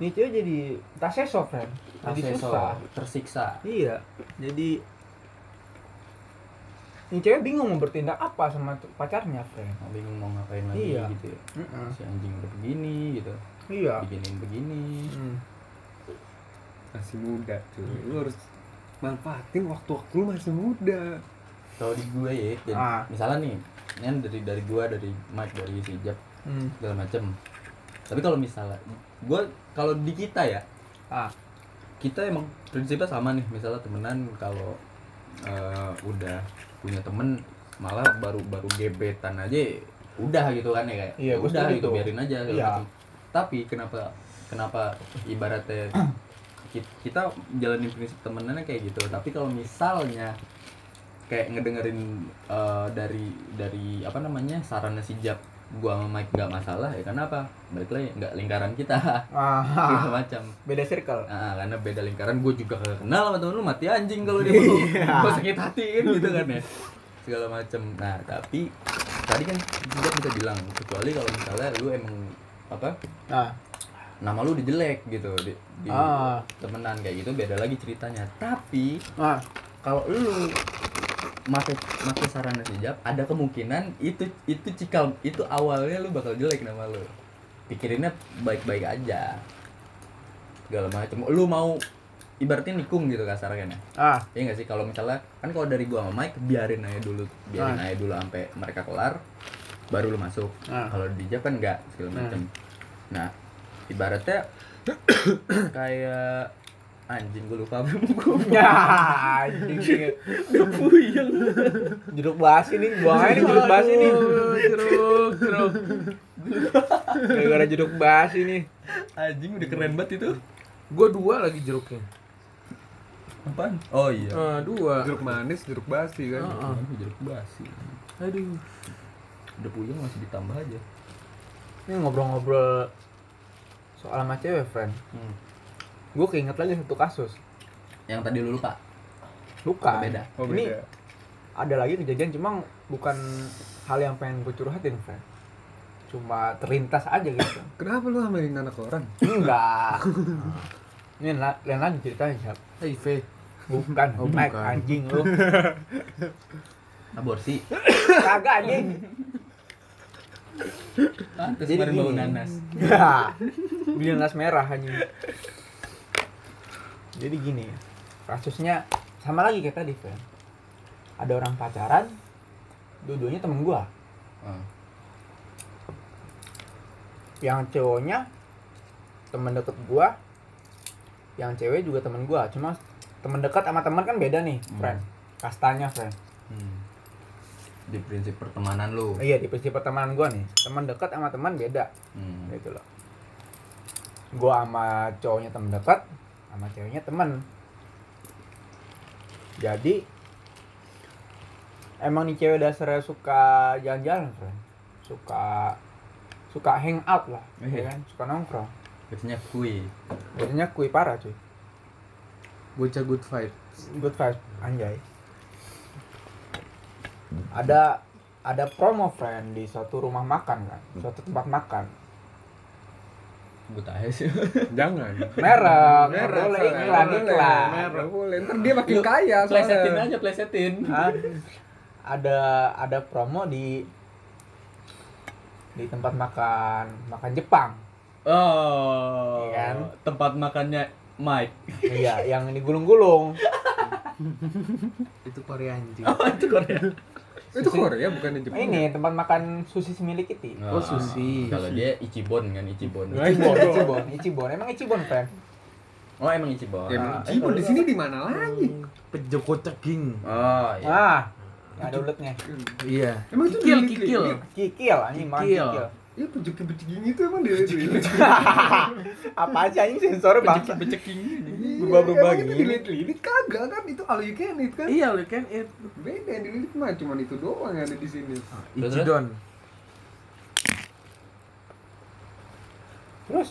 [SPEAKER 4] ini cewek jadi tas seso, friend. Jadi
[SPEAKER 1] Akseso,
[SPEAKER 4] susah.
[SPEAKER 1] tersiksa.
[SPEAKER 4] Iya, jadi ini cewek bingung mau bertindak apa sama tu- pacarnya, friend.
[SPEAKER 1] Nah, bingung mau ngapain lagi
[SPEAKER 4] Iya.
[SPEAKER 1] gitu ya. Si anjing udah begini gitu,
[SPEAKER 4] Iya.
[SPEAKER 1] bikinin begini.
[SPEAKER 4] Hmm.
[SPEAKER 2] masih muda cuy lu harus manfaatin waktu-waktu lu masih muda
[SPEAKER 1] Kalau di gue ya, jadi,
[SPEAKER 4] Ah.
[SPEAKER 1] misalnya nih, ini kan dari dari gue, dari Mike, dari si Jack,
[SPEAKER 4] Hmm.
[SPEAKER 1] segala macem tapi kalau misalnya gue kalau di kita ya
[SPEAKER 4] Ah.
[SPEAKER 1] kita emang prinsipnya sama nih misalnya temenan kalau eh, udah punya temen malah baru baru gebetan aja udah gitu kan ya kayak
[SPEAKER 4] Iya,
[SPEAKER 1] ya
[SPEAKER 4] gua
[SPEAKER 1] udah
[SPEAKER 4] setuju
[SPEAKER 1] gitu
[SPEAKER 4] tuh.
[SPEAKER 1] biarin aja segala
[SPEAKER 4] Iya.
[SPEAKER 1] macem. tapi kenapa kenapa ibaratnya ki- kita jalanin prinsip temenannya kayak gitu tapi kalau misalnya kayak ngedengerin eh, dari dari apa namanya sarannya si Jap gua sama Mike gak masalah ya karena apa balik lagi nggak lingkaran kita
[SPEAKER 4] Ah,
[SPEAKER 1] segala macam
[SPEAKER 4] beda circle.
[SPEAKER 1] Ah, karena beda lingkaran gue juga kagak kenal sama temen lu mati anjing kalau dia mau Gua sakit hati kan gitu kan ya segala macam nah tapi tadi kan juga bisa bilang kecuali kalau misalnya lu emang apa
[SPEAKER 4] Nah,
[SPEAKER 1] nama lu udah jelek gitu di, di
[SPEAKER 4] Ah.
[SPEAKER 1] temenan kayak gitu beda lagi ceritanya tapi
[SPEAKER 4] ah.
[SPEAKER 1] kalau lu make make sarana hijab ada kemungkinan itu itu cikal itu awalnya lu bakal jelek nama lu pikirinnya baik-baik aja segala macam lu mau ibaratnya nikung gitu kasarnya
[SPEAKER 4] Ah,
[SPEAKER 1] Iya nggak sih kalau misalnya kan kalau dari gua sama Mike biarin aja dulu biarin aja dulu sampai mereka kelar baru lu masuk.
[SPEAKER 4] Ah.
[SPEAKER 1] Kalau di Jav kan nggak segala macam. Nah ibaratnya kayak anjing gue lupa gue
[SPEAKER 5] Iya,
[SPEAKER 4] ya, anjing. Udah puyeng. Jeruk basi nih, buang aja nih jeruk basi nih.
[SPEAKER 5] Jeruk, jeruk.
[SPEAKER 4] Gara-gara jeruk basi nih.
[SPEAKER 1] anjing udah keren banget itu
[SPEAKER 5] Gue dua lagi jeruknya.
[SPEAKER 1] apaan oh iya
[SPEAKER 5] Eh, dua.
[SPEAKER 2] jeruk manis jeruk basi kan
[SPEAKER 5] Heeh.
[SPEAKER 1] Aduh, jeruk basi
[SPEAKER 5] Aduh.
[SPEAKER 1] udah puyeng masih ditambah aja
[SPEAKER 4] Ini ngobrol-ngobrol soal sama cewek, friend.
[SPEAKER 1] Hmm.
[SPEAKER 4] Gue keinget lagi satu kasus.
[SPEAKER 1] yang tadi lu lupa
[SPEAKER 4] Luka.
[SPEAKER 1] Apa beda?
[SPEAKER 2] oh
[SPEAKER 4] Ini
[SPEAKER 2] beda
[SPEAKER 4] ada lagi kejadian cuma bukan hal yang pengen gue curhatin, friend. Cuma terlintas aja gitu.
[SPEAKER 2] kenapa lu amelin anak orang
[SPEAKER 4] Enggak. Ini la- lain lagi ceritanya, Jap.
[SPEAKER 5] Hey, Fe.
[SPEAKER 4] Bukan,
[SPEAKER 5] Oh,
[SPEAKER 4] Mike,
[SPEAKER 5] bukan.
[SPEAKER 4] anjing lu.
[SPEAKER 1] aborsi
[SPEAKER 4] Kagak anjing.
[SPEAKER 1] terus
[SPEAKER 4] Jadi
[SPEAKER 1] kemarin bau
[SPEAKER 4] gini.
[SPEAKER 1] nanas
[SPEAKER 4] Ya, beli nanas merah anjing. Jadi gini, kasusnya sama lagi kayak tadi, Fen. Ada orang pacaran, dua-duanya temen gua.
[SPEAKER 1] Hmm.
[SPEAKER 4] Yang cowoknya temen deket gua, yang cewek juga temen gua. Cuma temen dekat sama teman kan beda nih, friend. Kastanya, friend.
[SPEAKER 1] Hmm. di prinsip pertemanan lu
[SPEAKER 4] Iya, di prinsip pertemanan gua nih. Teman dekat sama teman beda.
[SPEAKER 1] Hmm.
[SPEAKER 4] gitu loh gue sama cowoknya temen dekat sama ceweknya temen jadi emang nih cewek dasarnya suka jalan-jalan friend. suka suka hang out lah ya
[SPEAKER 1] Iya.
[SPEAKER 4] kan suka nongkrong
[SPEAKER 1] biasanya kui
[SPEAKER 4] biasanya kui parah cuy
[SPEAKER 2] bocah good fight
[SPEAKER 4] good vibes anjay ada ada promo friend di suatu rumah makan kan suatu tempat makan
[SPEAKER 1] Gue tahu sih.
[SPEAKER 2] Jangan.
[SPEAKER 4] merek nggak
[SPEAKER 2] Merah,
[SPEAKER 4] boleh iklan
[SPEAKER 2] soalnya. Nggak boleh,
[SPEAKER 4] iklan
[SPEAKER 2] nggak boleh. Ntar dia makin
[SPEAKER 3] Lu
[SPEAKER 2] kaya soalnya.
[SPEAKER 3] Plesetin aja, plesetin.
[SPEAKER 4] Hah? ada ada promo di di tempat makan makan Jepang
[SPEAKER 3] Oh,
[SPEAKER 4] Iya kan?
[SPEAKER 3] tempat makannya Mike.
[SPEAKER 4] iya yang digulung-gulung
[SPEAKER 5] Itu Korea anjing.
[SPEAKER 3] Oh, itu Korea.
[SPEAKER 2] Itu Korea bukan di Jepang.
[SPEAKER 4] ini tempat makan sushi milik Kitty
[SPEAKER 1] Nah,
[SPEAKER 5] Oh, sushi.
[SPEAKER 1] Kalau dia Ichibon kan Ichibon.
[SPEAKER 2] Nah,
[SPEAKER 4] Ichibon, Ichibon, Ichibon. Emang Ichibon, friend?
[SPEAKER 1] Oh emang Ichibon.
[SPEAKER 4] Iya,
[SPEAKER 2] Ya, emang
[SPEAKER 1] Ah, eh,
[SPEAKER 2] Ichibon di sini di mana lagi?
[SPEAKER 5] Pejoko ceking.
[SPEAKER 1] Oh iya.
[SPEAKER 4] Ah, nggak ada uletnya.
[SPEAKER 5] Iya.
[SPEAKER 2] Emang itu
[SPEAKER 5] kikil
[SPEAKER 2] di-
[SPEAKER 5] kikil.
[SPEAKER 2] di-
[SPEAKER 4] Kikil, anjing makan
[SPEAKER 5] Kikil.
[SPEAKER 4] kikil.
[SPEAKER 2] Ya pejuki pejuging itu Iya, emang di di-
[SPEAKER 4] Apa Iya, gitu. aja anjing sensornya bangsa? Berubah-berubah
[SPEAKER 2] Emang itu
[SPEAKER 4] gini.
[SPEAKER 2] dililit-lilit kagak kan itu all you can eat kan.
[SPEAKER 5] Iya, lu kan it.
[SPEAKER 2] Beda yang dililit mah cuman itu doang yang ada di sini.
[SPEAKER 1] Terus,
[SPEAKER 5] Ichidon.
[SPEAKER 4] Terus?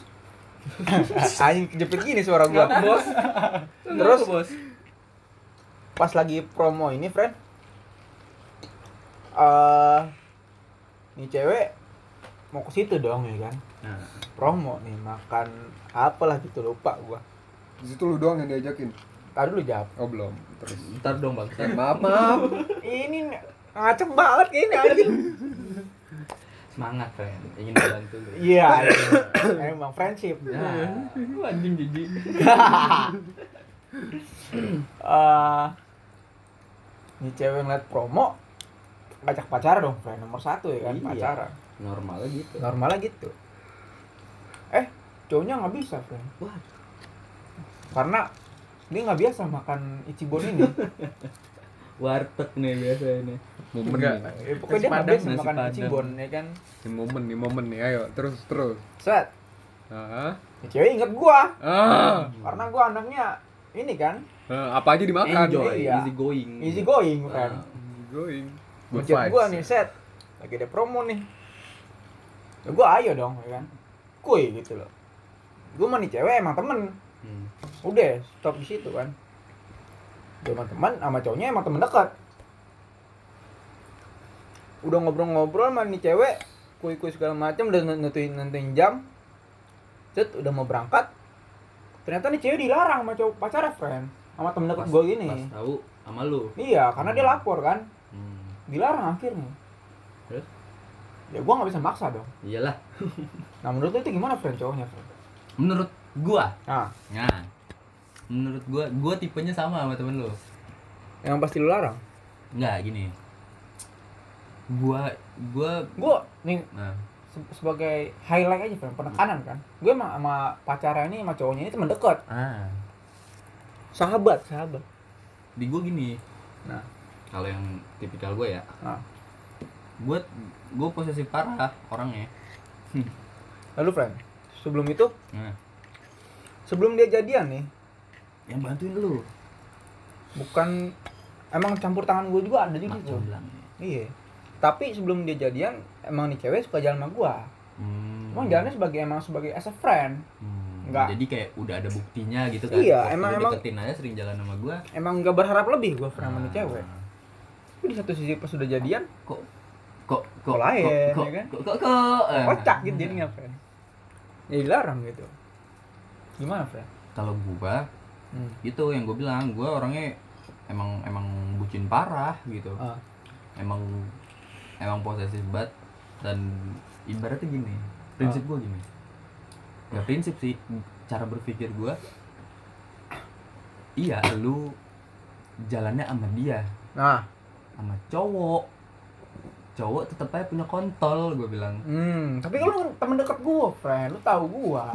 [SPEAKER 4] anjing kejepit gini suara gua. Bos. Terus
[SPEAKER 3] Bos.
[SPEAKER 4] pas lagi promo ini, friend. Eh, nih cewek mau ke situ dong ya kan.
[SPEAKER 1] Nah.
[SPEAKER 4] Promo nih makan apalah gitu lupa gua.
[SPEAKER 2] Di situ lu doang yang diajakin.
[SPEAKER 4] Tadi dulu jawab.
[SPEAKER 2] Oh belum. Terus.
[SPEAKER 1] Ntar dong bang.
[SPEAKER 2] Eh, maaf maaf.
[SPEAKER 4] Ini ngaceng banget kayaknya anjing.
[SPEAKER 1] Semangat keren. Ingin membantu.
[SPEAKER 4] Iya, iya. emang friendship.
[SPEAKER 1] Nah.
[SPEAKER 3] Lu anjing jijik.
[SPEAKER 4] Eh, Ini cewek ngeliat promo, ngajak pacaran dong, friend nomor satu ya kan,
[SPEAKER 1] Iya.
[SPEAKER 4] pacaran.
[SPEAKER 1] Normalnya gitu.
[SPEAKER 4] Normalnya gitu. Eh, cowoknya nggak bisa, friend.
[SPEAKER 1] Wah.
[SPEAKER 4] Karena dia nggak biasa makan ichibon ini.
[SPEAKER 3] Warteg nih biasa ini.
[SPEAKER 2] Momen
[SPEAKER 5] Enggak.
[SPEAKER 2] nih.
[SPEAKER 4] Eh, pokoknya dia nggak
[SPEAKER 3] Padang,
[SPEAKER 4] biasa
[SPEAKER 3] nasi
[SPEAKER 4] makan
[SPEAKER 3] Padang.
[SPEAKER 4] ichibon ya kan.
[SPEAKER 2] Ini momen nih momen nih ayo terus terus.
[SPEAKER 4] Set,
[SPEAKER 2] Ah.
[SPEAKER 4] ini cewek inget gua,
[SPEAKER 2] Ah.
[SPEAKER 4] karena gua anaknya ini kan,
[SPEAKER 2] Eh, apa aja dimakan.
[SPEAKER 1] Enjoy.
[SPEAKER 4] Iya.
[SPEAKER 1] Oh, Easy going.
[SPEAKER 4] easy going, friend.
[SPEAKER 1] Ah.
[SPEAKER 2] Going. Good
[SPEAKER 4] Mencet gua
[SPEAKER 2] vibes.
[SPEAKER 4] nih set lagi ada promo nih ya gua ayo dong ya kan kuy gitu loh gua mah nih cewek emang temen
[SPEAKER 1] Hmm.
[SPEAKER 4] udah stop di situ kan Gua emang teman sama cowoknya emang temen dekat udah ngobrol-ngobrol sama nih cewek kuy-kuy segala macam udah n- nentuin nentuin jam set udah mau berangkat ternyata nih cewek dilarang sama cowok pacarnya friend sama temen dekat gua gini
[SPEAKER 1] Pas tahu sama lu.
[SPEAKER 4] iya karena dia lapor kan
[SPEAKER 1] Hmm.
[SPEAKER 4] dilarang akhirnya
[SPEAKER 1] Terus?
[SPEAKER 4] ya gua nggak bisa maksa dong
[SPEAKER 1] Iyalah.
[SPEAKER 4] nah menurut lu itu gimana friend cowoknya friend
[SPEAKER 1] Menurut gua.
[SPEAKER 4] nah
[SPEAKER 1] Nah. Menurut gua, gua tipenya sama sama temen lu.
[SPEAKER 4] yang pasti lu larang
[SPEAKER 1] Enggak gini. Gua, gua.
[SPEAKER 4] gua nih
[SPEAKER 1] Nah.
[SPEAKER 4] se- sebagai highlight aja friend penekanan kan gue emang sama pacarnya ini sama cowoknya ini teman dekat
[SPEAKER 1] Ah.
[SPEAKER 4] sahabat sahabat
[SPEAKER 1] Di gua gini.
[SPEAKER 4] Nah.
[SPEAKER 1] Kalau yang tipikal gua ya.
[SPEAKER 4] Nah.
[SPEAKER 1] Gua, gua posesif parah orangnya.
[SPEAKER 4] lalu friend sebelum itu
[SPEAKER 1] Nah.
[SPEAKER 4] sebelum dia jadian nih
[SPEAKER 1] Yang bantuin lu.
[SPEAKER 4] bukan emang campur tangan gue juga ada juga
[SPEAKER 1] Mak
[SPEAKER 4] tuh
[SPEAKER 1] jomblang.
[SPEAKER 4] iya tapi sebelum dia jadian emang nih cewek suka jalan sama gua
[SPEAKER 1] Hmm.
[SPEAKER 4] emang jalannya sebagai emang sebagai as a friend
[SPEAKER 1] Hmm,
[SPEAKER 4] Nggak.
[SPEAKER 1] Jadi kayak udah ada buktinya gitu kan.
[SPEAKER 4] Iya,
[SPEAKER 1] Waktu
[SPEAKER 4] emang-
[SPEAKER 1] lu
[SPEAKER 4] emang-
[SPEAKER 1] deketin aja sering jalan sama gua.
[SPEAKER 4] emang gak berharap lebih gua friend sama nih
[SPEAKER 1] Ah,
[SPEAKER 4] cewek Tapi di satu sisi pas sudah jadian
[SPEAKER 1] Kok kok kok
[SPEAKER 4] Lain, ya
[SPEAKER 1] kok,
[SPEAKER 4] kan?
[SPEAKER 1] kok kok kok eh.
[SPEAKER 4] kocak gitu jadinya friend ya dilarang gitu gimana friend
[SPEAKER 1] Kalau gua
[SPEAKER 4] hmm.
[SPEAKER 1] gitu yang gua bilang, gua orangnya emang emang bucin parah gitu.
[SPEAKER 4] Ah.
[SPEAKER 1] Emang emang posesif banget dan ibaratnya gini. Prinsip gua gini. Ya prinsip sih cara berpikir gua. Iya, lu jalannya sama dia,
[SPEAKER 4] nah
[SPEAKER 1] sama cowok cowok tetep aja punya kontol gue bilang
[SPEAKER 4] hmm. tapi kalau temen deket gua friend lu tahu gua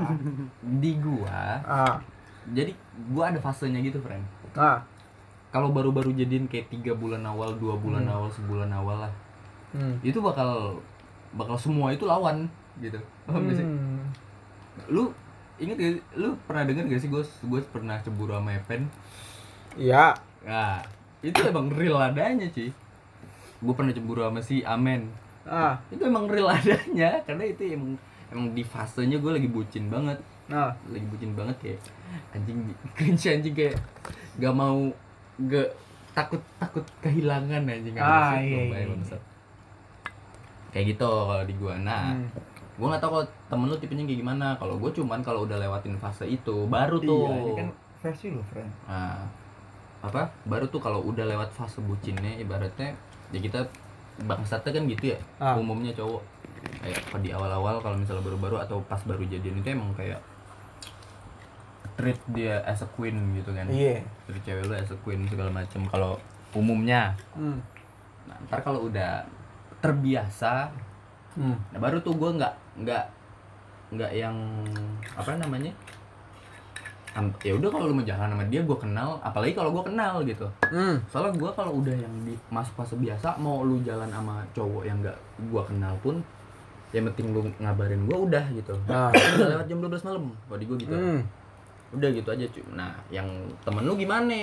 [SPEAKER 1] di gua
[SPEAKER 4] ah
[SPEAKER 1] jadi gua ada fasenya gitu friend
[SPEAKER 4] nah
[SPEAKER 1] kalau baru-baru jadiin kayak tiga bulan awal dua bulan awal sebulan awal lah
[SPEAKER 4] hmm.
[SPEAKER 1] itu bakal bakal semua itu lawan gitu paham gak sih
[SPEAKER 4] Hmm.
[SPEAKER 1] lu inget gak sih- lu pernah denger gak sih gue gue pernah cemburu sama Epen
[SPEAKER 4] iya
[SPEAKER 1] nah itu emang real adanya sih gue pernah cemburu sama si Amen
[SPEAKER 4] nah
[SPEAKER 1] itu emang real adanya karena itu emang emang di fasenya gue lagi bucin banget
[SPEAKER 4] nah
[SPEAKER 1] lagi bucin banget kayak anjing cringe anjing kayak gak mau gak takut takut kehilangan anjing nggak
[SPEAKER 4] Ah,
[SPEAKER 1] bisa,
[SPEAKER 4] iya,
[SPEAKER 1] lebay
[SPEAKER 4] iya. Hmm.
[SPEAKER 1] bangsat. kayak gitu kalau di gua nah gua nggak tahu kalau temen lu tipenya kayak gimana kalau gua cuman kalau udah lewatin fase itu baru tuh
[SPEAKER 4] Iya, ini kan versi lo, friend.
[SPEAKER 1] nah, apa baru tuh kalau udah lewat fase bucinnya ibaratnya ya kita bangsatnya kan gitu ya
[SPEAKER 4] Ah.
[SPEAKER 1] umumnya cowok kayak kalau di awal-awal kalau misalnya baru-baru atau pas baru jadian itu emang kayak treat dia as a queen gitu kan
[SPEAKER 4] Iya.
[SPEAKER 1] dari cewek lu as a queen segala macem kalau umumnya
[SPEAKER 4] Hmm.
[SPEAKER 1] nah, ntar kalau udah terbiasa
[SPEAKER 4] Hmm.
[SPEAKER 1] nah baru tuh gue nggak nggak nggak yang apa namanya Am- ya udah kalau lu mau jalan sama dia gue kenal apalagi kalau gue kenal gitu
[SPEAKER 4] Hmm.
[SPEAKER 1] soalnya gue kalau udah yang di masuk fase biasa mau lu jalan sama cowok yang nggak gue kenal pun yang penting lu ngabarin gue udah gitu
[SPEAKER 4] Ah.
[SPEAKER 1] udah lewat jam 12 malam kalau di gue gitu
[SPEAKER 4] Hmm.
[SPEAKER 1] udah gitu aja cuy nah yang temen lu gimana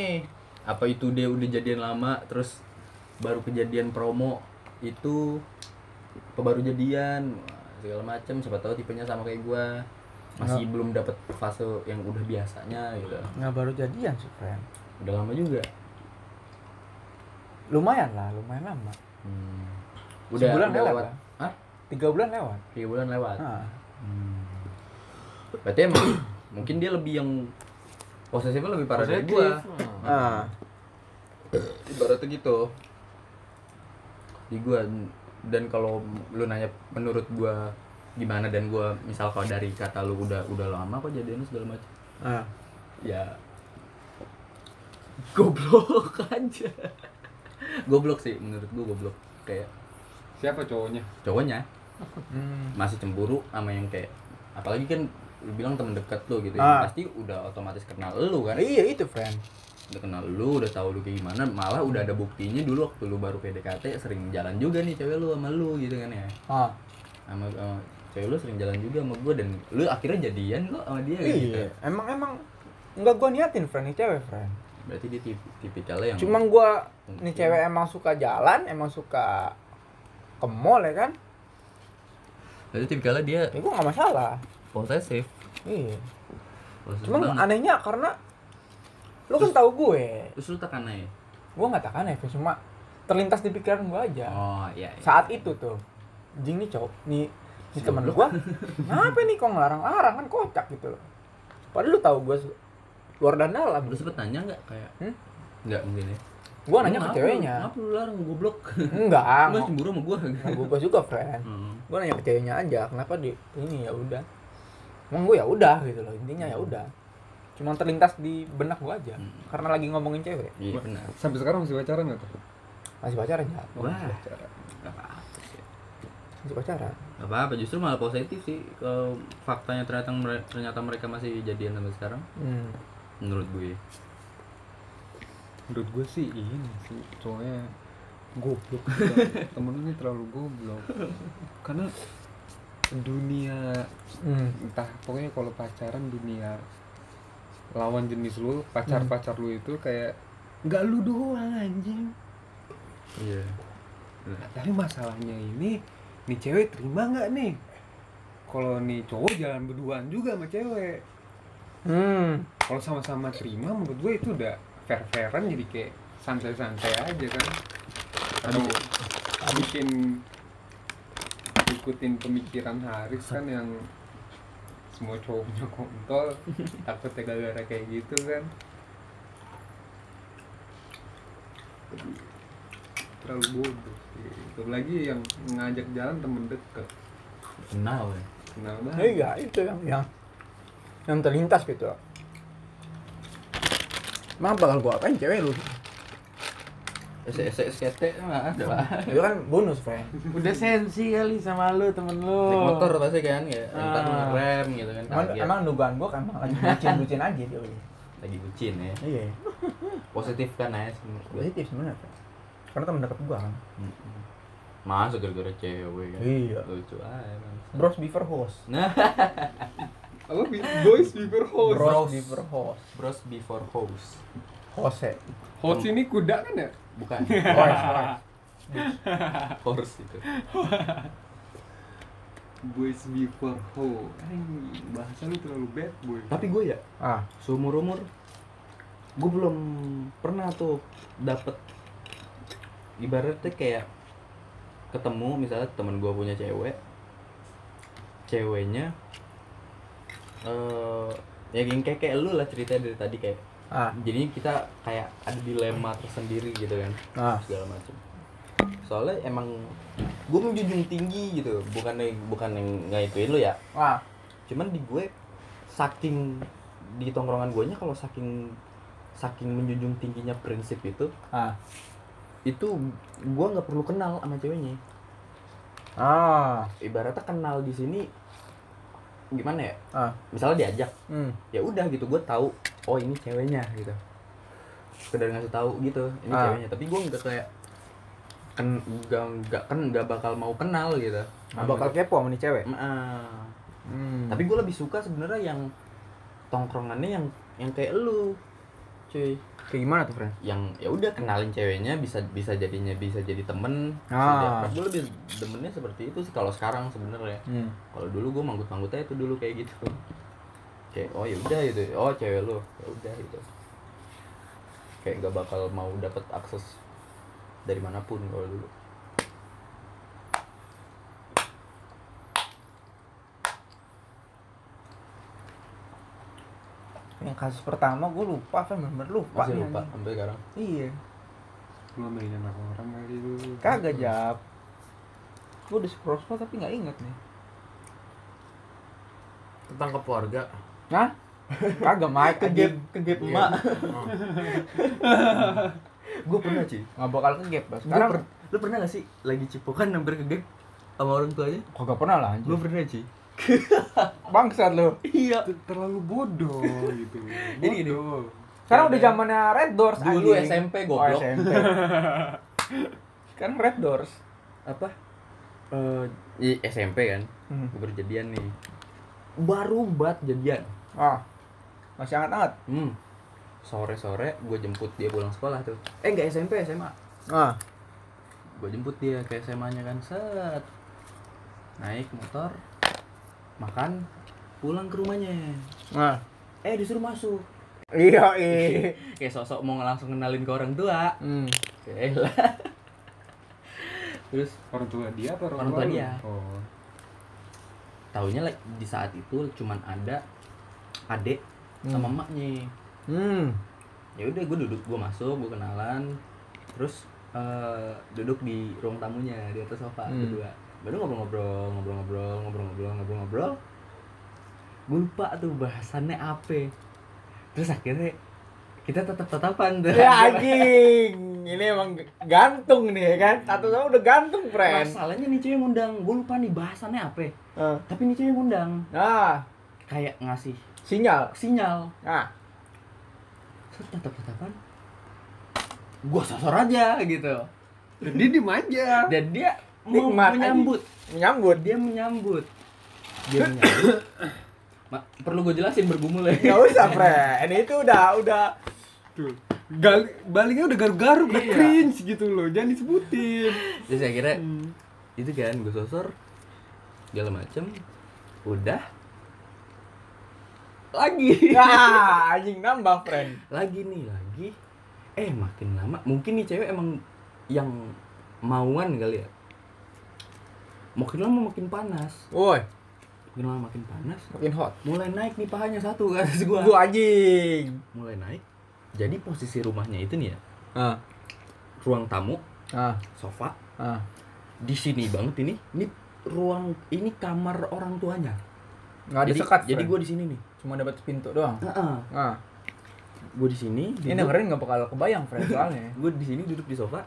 [SPEAKER 1] apa itu dia udah jadian lama terus baru kejadian promo itu apa baru jadian Wah, segala macem siapa tahu tipenya sama kayak gua masih
[SPEAKER 4] Nah.
[SPEAKER 1] belum dapet fase yang udah biasanya gitu
[SPEAKER 4] Nggak Nah, baru jadian sih, friend.
[SPEAKER 1] udah lama juga
[SPEAKER 4] Lumayan lah, lumayan lama.
[SPEAKER 1] Hmm. udah
[SPEAKER 4] Sebulan
[SPEAKER 1] udah
[SPEAKER 4] lewat
[SPEAKER 1] lewat
[SPEAKER 4] ya?
[SPEAKER 1] Hah?
[SPEAKER 4] Tiga bulan lewat.
[SPEAKER 1] tiga bulan lewat
[SPEAKER 4] Ah.
[SPEAKER 1] Hmm. berarti emang mungkin dia lebih yang posesifnya lebih parah dari gua
[SPEAKER 5] Positif.
[SPEAKER 4] Ah.
[SPEAKER 1] Hmm. ibaratnya gitu di gua dan kalau lu nanya menurut gua gimana dan gua misal kalau dari kata lu udah udah lama kok jadian segala macam
[SPEAKER 4] Ah.
[SPEAKER 1] ya goblok aja goblok sih menurut gua goblok kayak
[SPEAKER 2] Siapa cowoknya?
[SPEAKER 1] cowoknya
[SPEAKER 4] Hmm.
[SPEAKER 1] masih cemburu sama yang kayak apalagi kan lu bilang temen dekat lu gitu
[SPEAKER 4] Ah.
[SPEAKER 1] ya. pasti udah otomatis kenal lu kan
[SPEAKER 4] Iya itu, friend.
[SPEAKER 1] udah kenal lu, udah tahu lu kayak gimana, malah udah ada buktinya dulu waktu lu baru PDKT sering jalan juga nih cewek lu sama lu gitu kan ya.
[SPEAKER 4] Ah.
[SPEAKER 1] Sama, sama cewek lu sering jalan juga sama gua dan lu akhirnya jadian kok sama dia kan gitu.
[SPEAKER 4] Iya. Emang emang nggak gua niatin, friend, nih cewek, friend.
[SPEAKER 1] Berarti dia tip tipikalnya yang
[SPEAKER 4] Cuman gua
[SPEAKER 1] Mungkin.
[SPEAKER 4] nih cewek emang suka jalan, emang suka ke mall ya kan?
[SPEAKER 1] berarti tipikalnya dia
[SPEAKER 4] Ya gua nggak masalah.
[SPEAKER 1] posesif.
[SPEAKER 4] Iya.
[SPEAKER 1] posesif
[SPEAKER 4] Cuman
[SPEAKER 1] banget.
[SPEAKER 4] anehnya karena lu kan tahu gue,
[SPEAKER 1] terus lu tekan aja.
[SPEAKER 4] gue nggak tahu aneh, friend, cuma terlintas di pikiran gue aja.
[SPEAKER 1] Oh, iya. iya.
[SPEAKER 4] saat itu tuh jing nih cowok nih nih
[SPEAKER 1] Si
[SPEAKER 4] temen gua
[SPEAKER 1] goblok.
[SPEAKER 4] ngapa nih kok ngelarang-larang kan kocak gitu loh padahal lu tahu gua su- luar dan dalam
[SPEAKER 1] Lu sempet nanya enggak kayak?
[SPEAKER 4] Hmm?
[SPEAKER 1] Enggak mungkin ya.
[SPEAKER 4] gua nanya ke
[SPEAKER 1] Kenapa lu-
[SPEAKER 4] ceweknya Hmm.
[SPEAKER 1] Kenapa lu larang goblok?
[SPEAKER 4] enggak
[SPEAKER 1] Lu masih
[SPEAKER 4] ng-
[SPEAKER 1] cemburu sama gua.
[SPEAKER 4] ngomong gua juga friend
[SPEAKER 1] Hmm.
[SPEAKER 4] gua nanya ke ceweknya aja kenapa di ini ya udah emang gua ya udah gitu loh intinya ya udah cuma terlintas di benak gua aja
[SPEAKER 1] Hmm.
[SPEAKER 4] karena lagi ngomongin cewek
[SPEAKER 1] Iya, benar.
[SPEAKER 2] Sampai sekarang masih pacaran nggak tuh?
[SPEAKER 4] masih pacaran ya
[SPEAKER 1] Wah. Enggak apa-apa sih.
[SPEAKER 4] masih pacaran
[SPEAKER 1] Gak apa-apa justru malah positif sih kalau faktanya ternyata mere- ternyata mereka masih jadian sampai sekarang
[SPEAKER 4] hmm.
[SPEAKER 1] menurut gue
[SPEAKER 2] Menurut gue sih ini sih cowoknya goblok. Temen lu ini terlalu goblok. Karena dunia
[SPEAKER 4] Hmm.
[SPEAKER 2] entah pokoknya kalau pacaran dunia lawan jenis lu pacar pacar lu itu kayak nggak lu doang anjing
[SPEAKER 1] iya
[SPEAKER 2] Nah, tapi masalahnya ini nih cewek terima nggak nih kalau nih cowok jalan berduaan juga sama cewek
[SPEAKER 4] hmm.
[SPEAKER 2] kalau sama-sama terima menurut gue itu udah fair fairan jadi kayak santai-santai aja kan atau bikin ikutin pemikiran Haris kan yang semua cowoknya kontol takutnya gara-gara kayak gitu kan Aduh, terlalu bodoh sih Belum lagi yang ngajak jalan temen deket
[SPEAKER 1] kenal ya
[SPEAKER 2] kenal
[SPEAKER 5] Hmm.
[SPEAKER 2] banget
[SPEAKER 4] iya itu yang yang yang terlintas gitu Emang bakal gua apain cewek lu?
[SPEAKER 1] SSKT ah, nggak ada lah
[SPEAKER 4] Itu kan bonus, friend.
[SPEAKER 5] Udah sensi kali sama lu temen lu. Nah, iya.
[SPEAKER 1] naik motor pasti kan ya entar
[SPEAKER 4] Ah.
[SPEAKER 1] ngerem gitu kan
[SPEAKER 4] Emang,
[SPEAKER 1] kaget.
[SPEAKER 4] emang dugaan gua kan emang lagi bucin-bucin aja dia. Wi.
[SPEAKER 1] lagi bucin ya
[SPEAKER 4] Iya.
[SPEAKER 1] positif kan ya sih menurut gue
[SPEAKER 4] Positif sebenarnya. Friend. Karena teman dekat gua kan.
[SPEAKER 1] Mm-mm. masa gara-gara cewek kan
[SPEAKER 4] Iya.
[SPEAKER 1] lucu aja kan
[SPEAKER 4] Bros before host.
[SPEAKER 1] nah
[SPEAKER 2] apa bi- boys before host
[SPEAKER 4] Bros before host.
[SPEAKER 1] bros before hoes
[SPEAKER 4] Hose.
[SPEAKER 2] host ini kuda kan ya
[SPEAKER 1] bukan horse itu
[SPEAKER 2] boys before host bahasa lu terlalu bad boy
[SPEAKER 1] tapi gue ya
[SPEAKER 4] Ah,
[SPEAKER 1] seumur umur gue belum pernah tuh dapet ibaratnya kayak ketemu misalnya temen gue punya cewek ceweknya eh ya geng kayak kayak lu lah cerita dari tadi kayak
[SPEAKER 4] Ah.
[SPEAKER 1] jadi kita kayak ada dilema tersendiri gitu kan
[SPEAKER 4] Ah.
[SPEAKER 1] segala macam soalnya emang gue menjunjung tinggi gitu bukan bukan yang nggak ituin lu ya
[SPEAKER 4] Wah,
[SPEAKER 5] Ah.
[SPEAKER 1] cuman di gue saking di tongkrongan gue nya kalau saking saking menjunjung tingginya prinsip itu
[SPEAKER 4] ah,
[SPEAKER 1] itu gue nggak perlu kenal sama ceweknya
[SPEAKER 4] ah,
[SPEAKER 1] ibaratnya kenal di sini gimana ya
[SPEAKER 4] ah,
[SPEAKER 1] misalnya diajak
[SPEAKER 4] hmm,
[SPEAKER 1] ya udah gitu gue tahu oh ini ceweknya gitu sekedar ngasih tahu gitu ini
[SPEAKER 4] Ah.
[SPEAKER 1] ceweknya tapi gue nggak kayak kan nggak nggak kan nggak bakal mau kenal gitu
[SPEAKER 4] Nggak bakal kepo sama nih cewek.
[SPEAKER 1] Mm, ah.
[SPEAKER 4] Hmm.
[SPEAKER 1] tapi gue lebih suka sebenarnya yang tongkrongannya yang yang kayak lu cuy
[SPEAKER 4] kayak gimana tuh, friend?
[SPEAKER 1] yang ya udah kenalin ceweknya bisa bisa jadinya bisa jadi temen
[SPEAKER 4] Ah.
[SPEAKER 1] gue lebih demennya seperti itu sih kalau sekarang sebenarnya
[SPEAKER 4] Hmm.
[SPEAKER 1] kalau dulu gue manggut-manggut aja tuh dulu kayak gitu kayak oh ya udah gitu oh cewek lu ya udah gitu kayak gak bakal mau dapet akses dari manapun kalau dulu
[SPEAKER 4] Yang kasus pertama gue lupa, friend, bener lupa.
[SPEAKER 1] masih
[SPEAKER 4] nih,
[SPEAKER 1] lupa
[SPEAKER 4] anjing.
[SPEAKER 1] sampai sekarang
[SPEAKER 4] Iya,
[SPEAKER 2] Lu mainan sama orang kali lu.
[SPEAKER 4] kagak jawab. Gue udah scroll scroll tapi nggak inget nih.
[SPEAKER 6] tentang keluarga
[SPEAKER 4] Hah? Kagak Mike anjing.
[SPEAKER 1] kegep
[SPEAKER 6] emak.
[SPEAKER 4] Hmm.
[SPEAKER 1] gue pernah sih
[SPEAKER 4] Nggak bakal kegep lah.
[SPEAKER 1] sekarang
[SPEAKER 4] Sekarang
[SPEAKER 1] lu pernah gak sih lagi cipokan hampir kegep sama orang tuanya
[SPEAKER 4] kagak pernah lah
[SPEAKER 1] gue
[SPEAKER 4] anjing.
[SPEAKER 1] pernah sih
[SPEAKER 4] Bangsat lu.
[SPEAKER 1] iya
[SPEAKER 2] Ter- Terlalu bodoh gitu.
[SPEAKER 1] Jadi gini.
[SPEAKER 2] Bodoh.
[SPEAKER 4] Sekarang udah zamannya Red Doors
[SPEAKER 1] Dulu
[SPEAKER 4] anjing.
[SPEAKER 1] SMP,
[SPEAKER 4] Oh,
[SPEAKER 1] goblok.
[SPEAKER 4] SMP. Sekarang Red Doors.
[SPEAKER 1] apa Eh, i- SMP kan
[SPEAKER 4] Hmm.
[SPEAKER 1] gue berjadian nih baru banget jadian
[SPEAKER 4] Ah. Masih hangat-hangat.
[SPEAKER 1] hmm. sore sore gue jemput dia pulang sekolah tuh eh nggak SMP SMA
[SPEAKER 4] Ah.
[SPEAKER 1] gue jemput dia ke SMA nya kan set naik motor makan pulang ke rumahnya
[SPEAKER 4] Ah.
[SPEAKER 1] eh disuruh masuk
[SPEAKER 4] Iya, iya.
[SPEAKER 1] kayak sosok mau langsung kenalin ke orang tua
[SPEAKER 4] Hmm.
[SPEAKER 1] kayak lah terus
[SPEAKER 2] Orang tua dia apa orang,
[SPEAKER 1] Orang tua
[SPEAKER 2] lu?
[SPEAKER 1] dia.
[SPEAKER 2] Oh.
[SPEAKER 1] taunya like, di saat itu cuman ada adek sama emaknya
[SPEAKER 4] Hmm.
[SPEAKER 1] ya udah gue duduk gue masuk gue kenalan terus eh, duduk di ruang tamunya di atas sofa
[SPEAKER 4] Hmm.
[SPEAKER 1] berdua baru ngobrol-ngobrol ngobrol-ngobrol ngobrol-ngobrol ngobrol-ngobrol gue lupa tuh bahasannya apa terus akhirnya kita tetap tatapan tuh
[SPEAKER 4] Ya anjing. Ini emang gantung nih ya kan. Satu sama udah gantung, friend.
[SPEAKER 1] masalahnya nih cewek ngundang gue lupa nih bahasannya apa
[SPEAKER 4] Ah.
[SPEAKER 1] tapi nih cewek ngundang
[SPEAKER 4] Nah,
[SPEAKER 1] kayak ngasih
[SPEAKER 4] sinyal.
[SPEAKER 1] sinyal
[SPEAKER 4] Nah,
[SPEAKER 1] terus tatap tatapan gue sosor aja gitu
[SPEAKER 2] Jadi dimanja.
[SPEAKER 1] dan dia mau
[SPEAKER 4] Nikmat aja.
[SPEAKER 1] menyambut
[SPEAKER 4] menyambut.
[SPEAKER 1] dia menyambut dia menyambut Ma- perlu gue jelasin bergumul ya
[SPEAKER 4] Gak usah, friend. Itu udah udah
[SPEAKER 2] Tuh. Gal baliknya udah garuk-garuk udah cringe gitu loh. Jangan disebutin.
[SPEAKER 1] terus akhirnya itu kan gue sosor segala macem udah lagi
[SPEAKER 4] Nah, anjing nambah, friend.
[SPEAKER 1] lagi nih lagi eh makin lama mungkin nih cewek emang yang mauan kali ya makin lama makin panas
[SPEAKER 4] Woi,
[SPEAKER 1] makin lama makin panas
[SPEAKER 4] makin hot.
[SPEAKER 1] mulai naik nih pahanya satu ke atas gua
[SPEAKER 4] Gua anjing.
[SPEAKER 1] mulai naik jadi posisi rumahnya itu nih ya
[SPEAKER 4] Ah,
[SPEAKER 1] ruang tamu
[SPEAKER 4] ah,
[SPEAKER 1] sofa
[SPEAKER 4] ah.
[SPEAKER 1] di sini banget ini ini ruang ini kamar orang tuanya
[SPEAKER 4] Enggak ada
[SPEAKER 1] jadi,
[SPEAKER 4] sekat.
[SPEAKER 1] jadi
[SPEAKER 4] friend.
[SPEAKER 1] gue di sini nih
[SPEAKER 4] cuma dapat pintu doang.
[SPEAKER 1] Ah, Heeh.
[SPEAKER 4] Nah,
[SPEAKER 1] gue di sini
[SPEAKER 4] ini dengerin nggak bakal kebayang, friend, soalnya.
[SPEAKER 1] gue di sini duduk di sofa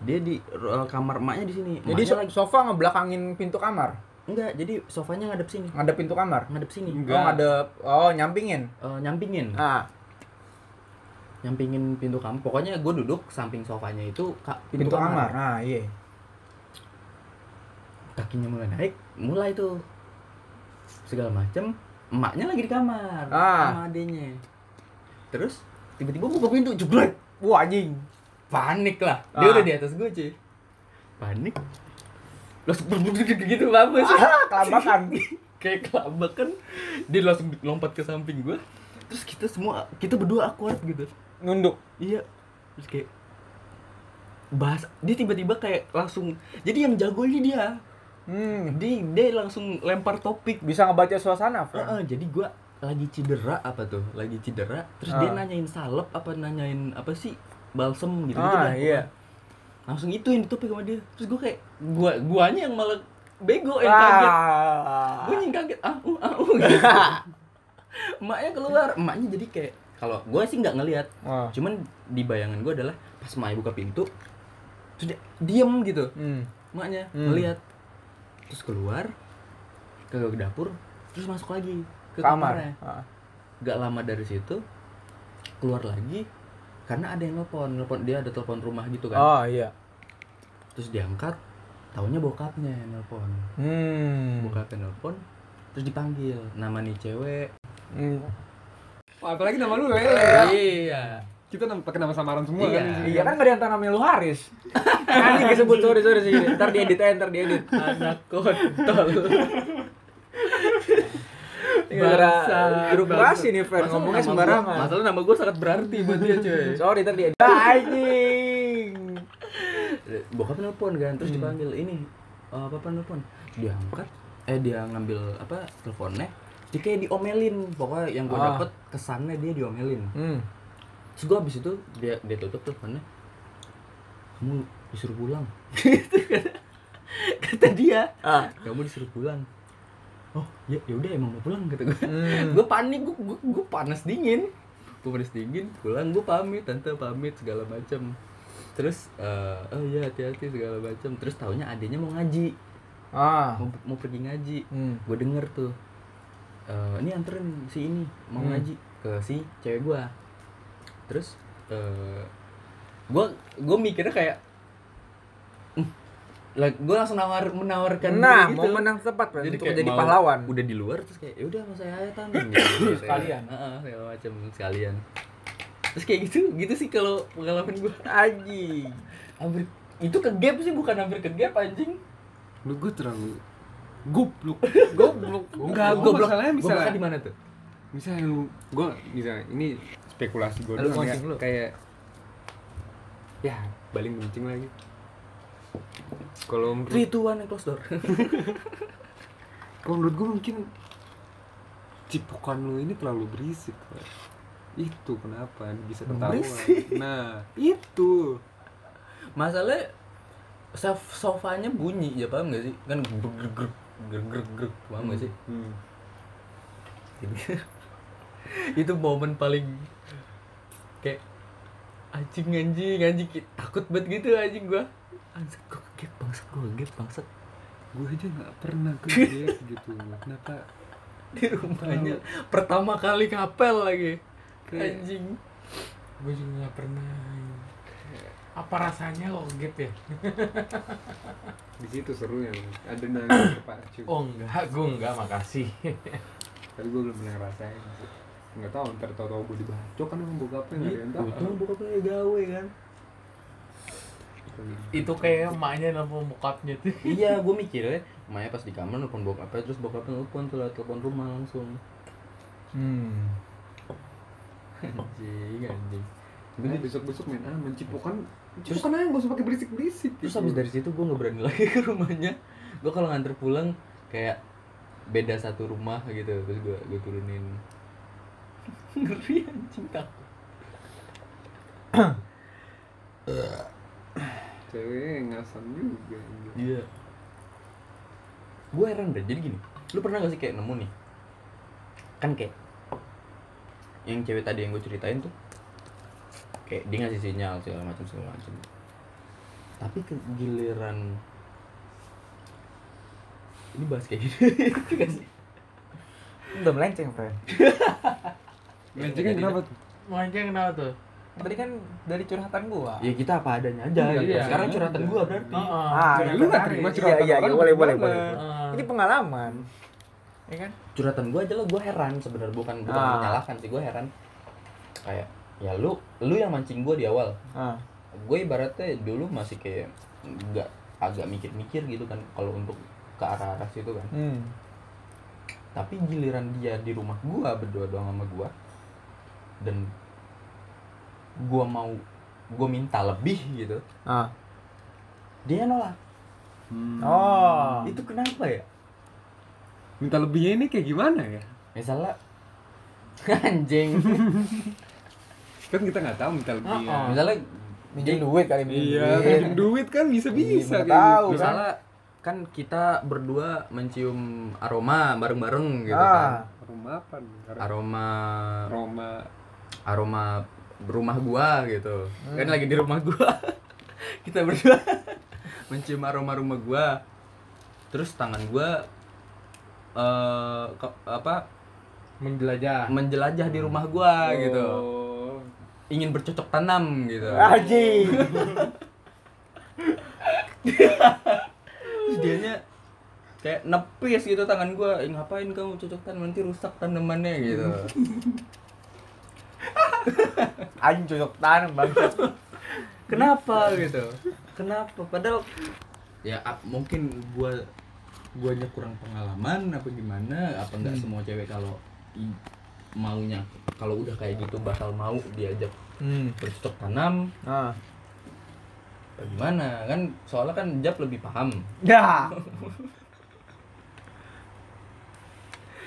[SPEAKER 1] dia di ru- kamar emaknya di sini
[SPEAKER 4] Jadi
[SPEAKER 1] Emaknya
[SPEAKER 4] so- sofa ngebelakangin pintu kamar,
[SPEAKER 1] enggak jadi sofanya ngadep sini
[SPEAKER 4] ngadep pintu kamar.
[SPEAKER 1] ngadep sini
[SPEAKER 4] Oh, ngadep, oh nyampingin.
[SPEAKER 1] Eh, nyampingin
[SPEAKER 4] Nah,
[SPEAKER 1] nyampingin pintu kamar pokoknya gue duduk samping sofanya itu ka-
[SPEAKER 4] pintu, kamar. Nah, iya.
[SPEAKER 1] kakinya mulai naik mulai tuh segala macem emaknya lagi di kamar
[SPEAKER 4] Ah.
[SPEAKER 1] sama adenya terus tiba-tiba buka pintu jeblek
[SPEAKER 4] Wah, anjing.
[SPEAKER 1] panik lah dia
[SPEAKER 4] Ah.
[SPEAKER 1] udah di atas gue cuy panik langsung gitu bagus
[SPEAKER 4] Kelabakan.
[SPEAKER 1] kayak kan. kelabakan dia langsung lompat ke samping gue terus kita semua kita berdua akurat gitu
[SPEAKER 4] nunduk
[SPEAKER 1] Iya. Terus kayak bahas dia tiba-tiba kayak langsung jadi yang jago ini dia
[SPEAKER 4] hmm
[SPEAKER 1] dia dia langsung lempar topik
[SPEAKER 4] bisa ngebaca suasana
[SPEAKER 1] Heeh,
[SPEAKER 4] Fran
[SPEAKER 1] jadi gua lagi cedera apa tuh lagi cedera terus dia
[SPEAKER 4] Ah.
[SPEAKER 1] nanyain salep apa nanyain apa sih balsem gitu gitu
[SPEAKER 4] ah
[SPEAKER 1] dah.
[SPEAKER 4] iya
[SPEAKER 1] langsung itu yang topik sama dia terus gua kayak gua guanya yang malah bego yang oh, iya, kaget
[SPEAKER 4] ah
[SPEAKER 1] gue yang kaget ah uh, ah uh, gitu. emaknya keluar emaknya jadi kayak kalau gue sih nggak ngelihat
[SPEAKER 4] Wah.
[SPEAKER 1] cuman di bayangan gue adalah pas emaknya buka pintu terus dia diem gitu
[SPEAKER 4] hmm
[SPEAKER 1] emaknya
[SPEAKER 4] Hmm.
[SPEAKER 1] ngelihat terus keluar ke dapur terus masuk lagi ke kamarnya
[SPEAKER 4] kamar Ah.
[SPEAKER 1] gak lama dari situ keluar lagi karena ada yang nelpon nelpon dia ada telepon rumah gitu kan
[SPEAKER 4] oh iya
[SPEAKER 1] terus diangkat taunya bokapnya yang nelpon
[SPEAKER 4] hmm
[SPEAKER 1] bokapnya nelpon terus dipanggil nama nih cewek
[SPEAKER 4] Hmm.
[SPEAKER 2] Wah, apalagi nama lu ya.
[SPEAKER 1] iya
[SPEAKER 2] Kita nama, pakai nama samaran semua
[SPEAKER 1] Iya.
[SPEAKER 2] kan. di sini.
[SPEAKER 4] Iya kan gak ada yang tanamnya lu Haris Nanti disebut sorry sorry sorry Ntar diedit aja ntar diedit
[SPEAKER 1] anak kontol
[SPEAKER 4] Gara birokrasi nih Fer ngomongnya sembarangan
[SPEAKER 1] masalah nama gue sangat berarti buat dia cuy
[SPEAKER 4] Sorry ntar diedit Anjing
[SPEAKER 1] bokap nelpon kan
[SPEAKER 4] Hmm.
[SPEAKER 1] terus dipanggil ini eh, papa nelpon diangkat eh dia ngambil apa teleponnya dia kayak diomelin pokoknya yang gue
[SPEAKER 4] Ah.
[SPEAKER 1] dapet kesannya dia diomelin
[SPEAKER 4] Hmm
[SPEAKER 1] terus gue abis itu dia dia tutup teleponnya kamu disuruh pulang Gitu kan. kata dia
[SPEAKER 4] Ah.
[SPEAKER 1] kamu disuruh pulang oh ya ya udah emang mau pulang kata gue
[SPEAKER 4] Hmm.
[SPEAKER 1] gue panik gue, gue gue panas dingin gue panas dingin pulang gue pamit tante pamit segala macam terus eh, oh iya hati-hati segala macam terus taunya adiknya mau ngaji
[SPEAKER 4] Ah
[SPEAKER 1] mau, mau pergi ngaji
[SPEAKER 4] Hmm
[SPEAKER 1] gue denger tuh eh, ini anterin si ini mau
[SPEAKER 4] Hmm.
[SPEAKER 1] ngaji ke si cewek gue terus gue gue mikirnya kayak gue langsung nawar menawarkan diri
[SPEAKER 4] Nah
[SPEAKER 1] gitu.
[SPEAKER 4] mau menang tepat Fer
[SPEAKER 1] Jadi
[SPEAKER 4] Untuk
[SPEAKER 1] kayak
[SPEAKER 4] menjadi
[SPEAKER 1] mau-
[SPEAKER 4] pahlawan
[SPEAKER 1] udah di luar terus kayak ya udah sama saya aja tan Gitu,
[SPEAKER 4] Sekalian.
[SPEAKER 1] Heeh, segala macam sekalian terus kayak gitu gitu sih kalau pengalaman gue
[SPEAKER 4] Anjing
[SPEAKER 1] hampir itu ke gap sih bukan hampir ke gap anjing
[SPEAKER 2] Lu gue terlalu goblok.
[SPEAKER 1] goblok enggak
[SPEAKER 2] Gua
[SPEAKER 1] goblok
[SPEAKER 2] masalahnya
[SPEAKER 1] Gua
[SPEAKER 2] misalnya-
[SPEAKER 1] makan di mana tuh
[SPEAKER 2] Misalnya lu gue misalnya ini spekulasi gue
[SPEAKER 4] Lu
[SPEAKER 2] doang ya.
[SPEAKER 4] mancing lu.
[SPEAKER 2] Kayak ya baling kencing lagi. Kalau menurut,
[SPEAKER 1] three two one and close door
[SPEAKER 2] kalau menurut gue mungkin cipokan lu ini terlalu berisik. Fer. Itu kenapa bisa ketahuan.
[SPEAKER 1] Berisik.
[SPEAKER 2] Nah, itu.
[SPEAKER 1] masalahnya sof- sofanya bunyi ya paham gak sih kan gruk gruk gruk gruk gruk gruk paham gak sih
[SPEAKER 2] Hmm.
[SPEAKER 1] itu momen paling kayak anjing anjing anjing ki- takut banget gitu anjing gua anjing gua kaget bangsat gua kaget bangsat
[SPEAKER 2] Gue aja nggak pernah kejadian gitu. Kenapa
[SPEAKER 1] di rumahnya pertama kali kapel lagi
[SPEAKER 2] Kayak-
[SPEAKER 1] anjing
[SPEAKER 5] Gue juga nggak pernah. Apa rasanya lo kaget ya?
[SPEAKER 2] di situ serunya ada nangis terpacu
[SPEAKER 5] Oh enggak, gue enggak makasih.
[SPEAKER 2] tapi gue belum pernah ngerasain sih nggak tahu ntar tau tau gue dibacok kan emang bokapnya nggak ada yang tahu
[SPEAKER 1] Untung Nah, bokapnya gawe kan
[SPEAKER 5] Itu kayak emaknya nelfon bokapnya tuh.
[SPEAKER 1] iya gua mikirnya Maya pas di kamar nelfon bokapnya terus bokapnya nelfon tuh lewat telepon rumah langsung
[SPEAKER 4] Hmm
[SPEAKER 1] anjing anjing
[SPEAKER 2] Bener besok besok main ah mencipokan cipokan aja gak usah pakai berisik berisik
[SPEAKER 1] terus habis dari situ gue nggak berani lagi ke rumahnya gue kalau nganter pulang kayak beda satu rumah gitu terus gue gue turunin ngeri anjing takut
[SPEAKER 2] cewek ngasam juga anjir.
[SPEAKER 1] iya gue heran deh jadi gini lu pernah gak sih kayak nemu nih kan kayak yang cewek tadi yang gue ceritain tuh kayak dia ngasih sinyal segala macam segala macam tapi ke giliran ini bahas kayak gitu gak sih
[SPEAKER 4] Udah melenceng Fer
[SPEAKER 2] Mencingnya
[SPEAKER 1] Jadi-
[SPEAKER 2] kenapa tuh
[SPEAKER 5] Emaknya kenapa tuh?
[SPEAKER 4] Tadi kan dari curhatan gua
[SPEAKER 1] ya kita apa adanya aja
[SPEAKER 2] Iya,
[SPEAKER 1] gitu.
[SPEAKER 5] iya.
[SPEAKER 1] sekarang curhatan gua berarti
[SPEAKER 5] Heeh.
[SPEAKER 4] Ah,
[SPEAKER 2] Jadi lu nggak terima curhatan
[SPEAKER 4] Iya, iya,
[SPEAKER 2] orang
[SPEAKER 4] boleh, boleh,
[SPEAKER 2] gimana?
[SPEAKER 4] boleh.
[SPEAKER 5] Heeh.
[SPEAKER 4] Ini pengalaman. Ya kan?
[SPEAKER 1] curhatan gua aja lah gua heran sebenarnya bukan bukan
[SPEAKER 5] Nah.
[SPEAKER 4] Ah.
[SPEAKER 1] menyalahkan sih gua heran kayak ya lu lu yang mancing gua di awal
[SPEAKER 4] Ah.
[SPEAKER 1] gue ibaratnya dulu masih kayak nggak agak mikir-mikir gitu kan kalau untuk ke arah arah situ kan
[SPEAKER 4] Hmm.
[SPEAKER 1] tapi giliran dia di rumah gua berdua doang sama gua dan
[SPEAKER 3] gua mau gua minta lebih gitu
[SPEAKER 4] Ah.
[SPEAKER 3] dia nolak
[SPEAKER 4] Oh.
[SPEAKER 3] itu kenapa ya
[SPEAKER 2] Minta lebihnya ini kayak gimana ya?
[SPEAKER 3] misalnya anjing
[SPEAKER 4] Hmm.
[SPEAKER 2] Kan kita nggak tahu minta lebihnya.
[SPEAKER 4] Ah, ah.
[SPEAKER 3] misalnya
[SPEAKER 4] Minjem duit kan? kali minjem
[SPEAKER 2] Iya,
[SPEAKER 4] duit.
[SPEAKER 2] pinjem duit kan bisa-bisa
[SPEAKER 4] Iya,
[SPEAKER 2] kayak
[SPEAKER 4] tahu.
[SPEAKER 2] gitu.
[SPEAKER 1] misalnya kan kita berdua mencium aroma bareng-bareng gitu
[SPEAKER 4] Ah.
[SPEAKER 1] kan
[SPEAKER 2] Aroma apa nih? Ar-
[SPEAKER 1] aroma
[SPEAKER 2] Aroma
[SPEAKER 1] aroma rumah gua gitu kan lagi di rumah gua kita berdua mencium aroma rumah gua terus tangan gua eh ke- apa
[SPEAKER 5] menjelajah
[SPEAKER 1] menjelajah di rumah gua gitu
[SPEAKER 2] Oh.
[SPEAKER 1] ingin bercocok tanam gitu
[SPEAKER 4] Ah. Aji.
[SPEAKER 1] terus dianya kayak nepis gitu tangan gua "Ih, ngapain kamu cocok tanam nanti rusak tanamannya gitu
[SPEAKER 4] Anjing cocok tanam bangsat.
[SPEAKER 1] kenapa gitu kenapa padahal ya ap- mungkin gua guanya kurang pengalaman apa gimana apa enggak semua cewek kalau i- maunya kalau udah kayak gitu bakal mau diajak
[SPEAKER 4] Hmm.
[SPEAKER 1] bercocok tanam
[SPEAKER 4] Nah.
[SPEAKER 1] apa gimana kan soalnya kan Jap lebih paham
[SPEAKER 4] Ya.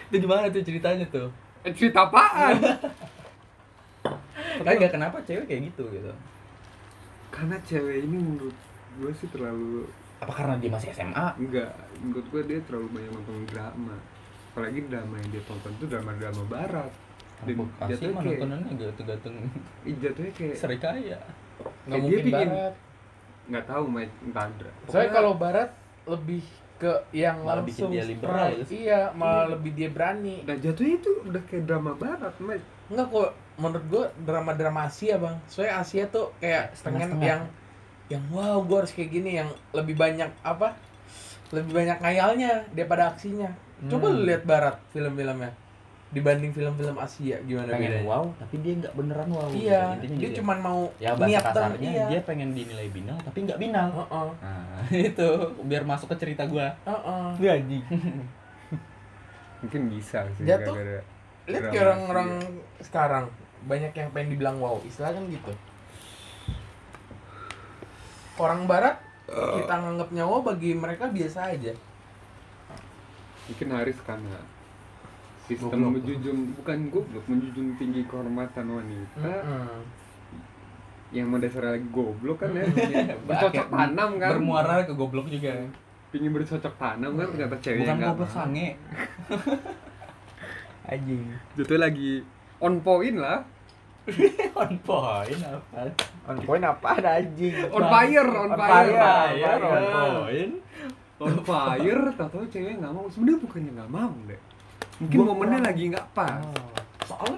[SPEAKER 1] itu gimana tuh ceritanya tuh
[SPEAKER 2] Eh, cerita apaan?
[SPEAKER 1] kagak kenapa cewek kayak gitu gitu
[SPEAKER 2] Karena cewek ini menurut gue sih terlalu
[SPEAKER 1] apa karena dia masih SMA
[SPEAKER 2] enggak menurut gue dia terlalu banyak nonton drama apalagi drama yang dia tonton itu drama-drama barat dan
[SPEAKER 1] pasti
[SPEAKER 2] jatuhnya
[SPEAKER 1] mah
[SPEAKER 2] kayak
[SPEAKER 1] nontonannya ganteng-ganteng
[SPEAKER 2] ih, jatuhnya kayak
[SPEAKER 1] serikaya
[SPEAKER 5] nggak
[SPEAKER 2] dia
[SPEAKER 5] mungkin
[SPEAKER 2] bikin-
[SPEAKER 5] barat
[SPEAKER 2] nggak tahu main entah dra-
[SPEAKER 5] soalnya
[SPEAKER 2] pokoknya
[SPEAKER 5] kalau barat lebih ke yang
[SPEAKER 3] Malah bikin
[SPEAKER 5] langsung
[SPEAKER 3] dia liberal
[SPEAKER 5] strike.
[SPEAKER 3] ya.
[SPEAKER 5] iya malah lebih dia berani
[SPEAKER 2] nah jatuhnya itu udah kayak drama barat Mas.
[SPEAKER 5] Enggak kok, menurut gua drama-drama Asia bang Soalnya Asia tuh kayak pengen
[SPEAKER 3] setengah-setengah.
[SPEAKER 5] yang Yang wow gua harus kayak gini, yang lebih banyak apa Lebih banyak khayalnya daripada aksinya
[SPEAKER 3] Hmm.
[SPEAKER 5] Coba lu lihat barat film-filmnya Dibanding film-film Asia gimana
[SPEAKER 3] pengen
[SPEAKER 5] bedanya
[SPEAKER 3] wow tapi dia nggak beneran wow
[SPEAKER 5] Iya,
[SPEAKER 3] gitu. intinya
[SPEAKER 5] dia
[SPEAKER 3] gitu ya.
[SPEAKER 5] cuman mau
[SPEAKER 3] ya bahasa
[SPEAKER 5] niat doang,
[SPEAKER 3] kasarnya
[SPEAKER 5] iya.
[SPEAKER 3] dia pengen dinilai binal tapi nggak binal
[SPEAKER 5] Heeh,
[SPEAKER 3] nah itu biar masuk ke cerita gua
[SPEAKER 5] heeh.
[SPEAKER 4] Gaji.
[SPEAKER 2] mungkin bisa sih
[SPEAKER 5] Jatuh.
[SPEAKER 2] gara-gara
[SPEAKER 5] Lihat
[SPEAKER 2] drama iya.
[SPEAKER 5] kayak orang-orang
[SPEAKER 2] Asia.
[SPEAKER 5] sekarang Banyak yang pengen dibilang wow, istilah kan gitu Orang barat
[SPEAKER 2] Eh.
[SPEAKER 5] kita nganggapnya wow bagi mereka biasa aja
[SPEAKER 2] ya. mungkin Haris karena sistem
[SPEAKER 5] Goblok.
[SPEAKER 2] menjunjung bukan goblok menjunjung tinggi kehormatan wanita
[SPEAKER 5] Heeh.
[SPEAKER 2] yang mendasari lagi goblok kan ya punya bercocok tanam kan
[SPEAKER 1] bermuara ke goblok juga
[SPEAKER 2] pingin bercocok tanam kan ternyata cewek
[SPEAKER 1] bukan
[SPEAKER 2] nggak
[SPEAKER 1] goblok
[SPEAKER 2] mau.
[SPEAKER 1] sange
[SPEAKER 4] Anjing.
[SPEAKER 2] Jatuh lagi on point lah.
[SPEAKER 3] on point apa
[SPEAKER 4] On point apa anjing?
[SPEAKER 2] On fire, on, fire.
[SPEAKER 4] fire, on point.
[SPEAKER 2] On fire, tahu cewek nggak mau. Sebenarnya bukannya nggak mau deh. Mungkin
[SPEAKER 3] Gua
[SPEAKER 2] momennya
[SPEAKER 3] kurang.
[SPEAKER 2] lagi nggak pas.
[SPEAKER 3] soalnya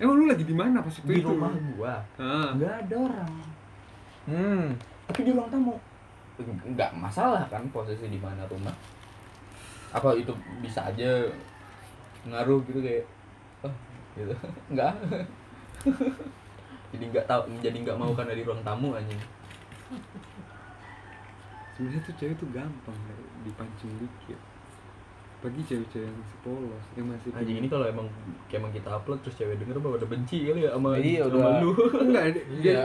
[SPEAKER 2] Emang lu lagi di mana pas itu?
[SPEAKER 3] di
[SPEAKER 2] itu?
[SPEAKER 3] rumah gua
[SPEAKER 2] Ah,
[SPEAKER 3] nggak ada orang
[SPEAKER 4] Hmm.
[SPEAKER 3] tapi di ruang tamu nggak masalah kan posisi di mana rumah apa itu bisa aja ngaruh gitu kayak oh, gitu nggak jadi nggak tahu jadi nggak mau karena di ruang tamu anjing
[SPEAKER 2] Sebenarnya tuh cewek tuh gampang deh, dipancing dikit. Bagi cewek-cewek yang masih polos, yang masih
[SPEAKER 3] anjing ini kalau emang kayak emang kita upload terus cewek denger apa udah benci kali ya sama
[SPEAKER 4] Iya,
[SPEAKER 3] sama
[SPEAKER 4] udah.
[SPEAKER 3] lu
[SPEAKER 2] enggak dia- dia
[SPEAKER 5] Iya.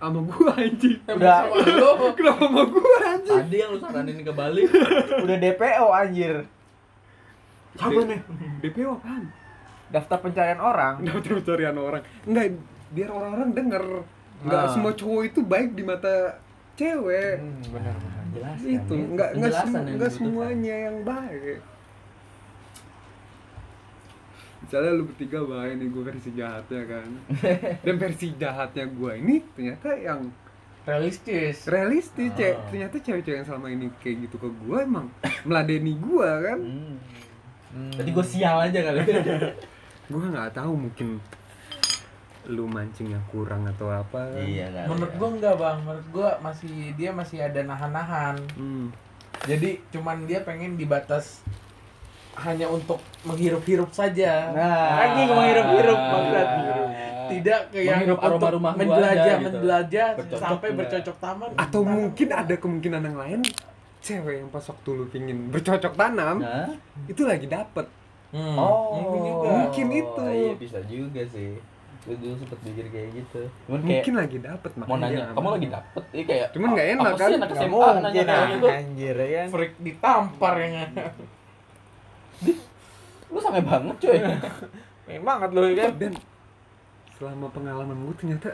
[SPEAKER 2] sama gua anjing.
[SPEAKER 4] Udah.
[SPEAKER 5] Sama lu.
[SPEAKER 2] Kenapa sama gua anjing?
[SPEAKER 3] tadi yang lu saranin ke Bali
[SPEAKER 4] Udah DPO anjir.
[SPEAKER 2] Apa nih? DPO apaan?
[SPEAKER 4] Daftar pencarian orang.
[SPEAKER 2] daftar pencarian orang enggak biar orang-orang denger enggak
[SPEAKER 4] Nah.
[SPEAKER 2] semua cowok itu baik di mata cewek
[SPEAKER 4] Hmm, benar.
[SPEAKER 3] jelas
[SPEAKER 2] itu enggak enggak Gitu. semu- enggak semuanya yang baik misalnya lu bertiga baik nih gue versi jahatnya kan dan versi jahatnya gue ini ternyata yang
[SPEAKER 5] realistis
[SPEAKER 2] realistis
[SPEAKER 3] Ah.
[SPEAKER 2] cewek ternyata cewek-cewek yang selama ini kayak gitu ke gue emang meladeni gue kan
[SPEAKER 3] Tadi gue Hmm. sial aja kali. Iya,
[SPEAKER 2] gue nggak tahu mungkin lu mancing yang kurang atau apa kan.
[SPEAKER 1] Iya.
[SPEAKER 3] kali. ya.
[SPEAKER 5] menurut gua enggak bang menurut gua masih dia masih ada nahan-nahan
[SPEAKER 2] Hmm.
[SPEAKER 5] jadi cuman dia pengen dibatas hanya untuk menghirup-hirup saja
[SPEAKER 4] Nah, anjing menghirup-hirup bangsat.
[SPEAKER 2] Nah.
[SPEAKER 5] tidak ke yang
[SPEAKER 3] Menghirup aroma
[SPEAKER 5] untuk
[SPEAKER 3] rumah gua aja
[SPEAKER 5] menjelajah
[SPEAKER 3] gitu.
[SPEAKER 5] menjelajah
[SPEAKER 3] Bercocok
[SPEAKER 5] sampai
[SPEAKER 3] enggak.
[SPEAKER 5] bercocok taman Nah.
[SPEAKER 2] Atau mungkin ada kemungkinan yang lain cewek yang pas waktu lu pingin bercocok tanam
[SPEAKER 1] Nah.
[SPEAKER 3] Hah? Hmm.
[SPEAKER 2] itu lagi dapet.
[SPEAKER 5] Hmm,
[SPEAKER 3] Oh,
[SPEAKER 5] mungkin juga
[SPEAKER 2] Mungkin itu.
[SPEAKER 3] Iya bisa Oh, juga sih. Gue dulu sempet mikir kayak gitu. Cuman kayak
[SPEAKER 2] mungkin lagi dapet
[SPEAKER 3] mau
[SPEAKER 2] makanya dia
[SPEAKER 3] nanya,
[SPEAKER 2] nggak
[SPEAKER 3] kamu
[SPEAKER 2] mau.
[SPEAKER 3] lagi dapet? Iya kayak
[SPEAKER 2] Cuman nggak
[SPEAKER 3] apa
[SPEAKER 2] enak,
[SPEAKER 3] sih
[SPEAKER 2] kan?
[SPEAKER 3] anak
[SPEAKER 2] Nggak
[SPEAKER 3] SMA
[SPEAKER 2] mungkin,
[SPEAKER 3] nanya kayak gitu.
[SPEAKER 4] anjir ya kan
[SPEAKER 5] Freak ditampar ya kan?
[SPEAKER 3] Lu sange banget cuy.
[SPEAKER 4] Pengen banget lu ya kan
[SPEAKER 2] dan selama pengalaman gue ternyata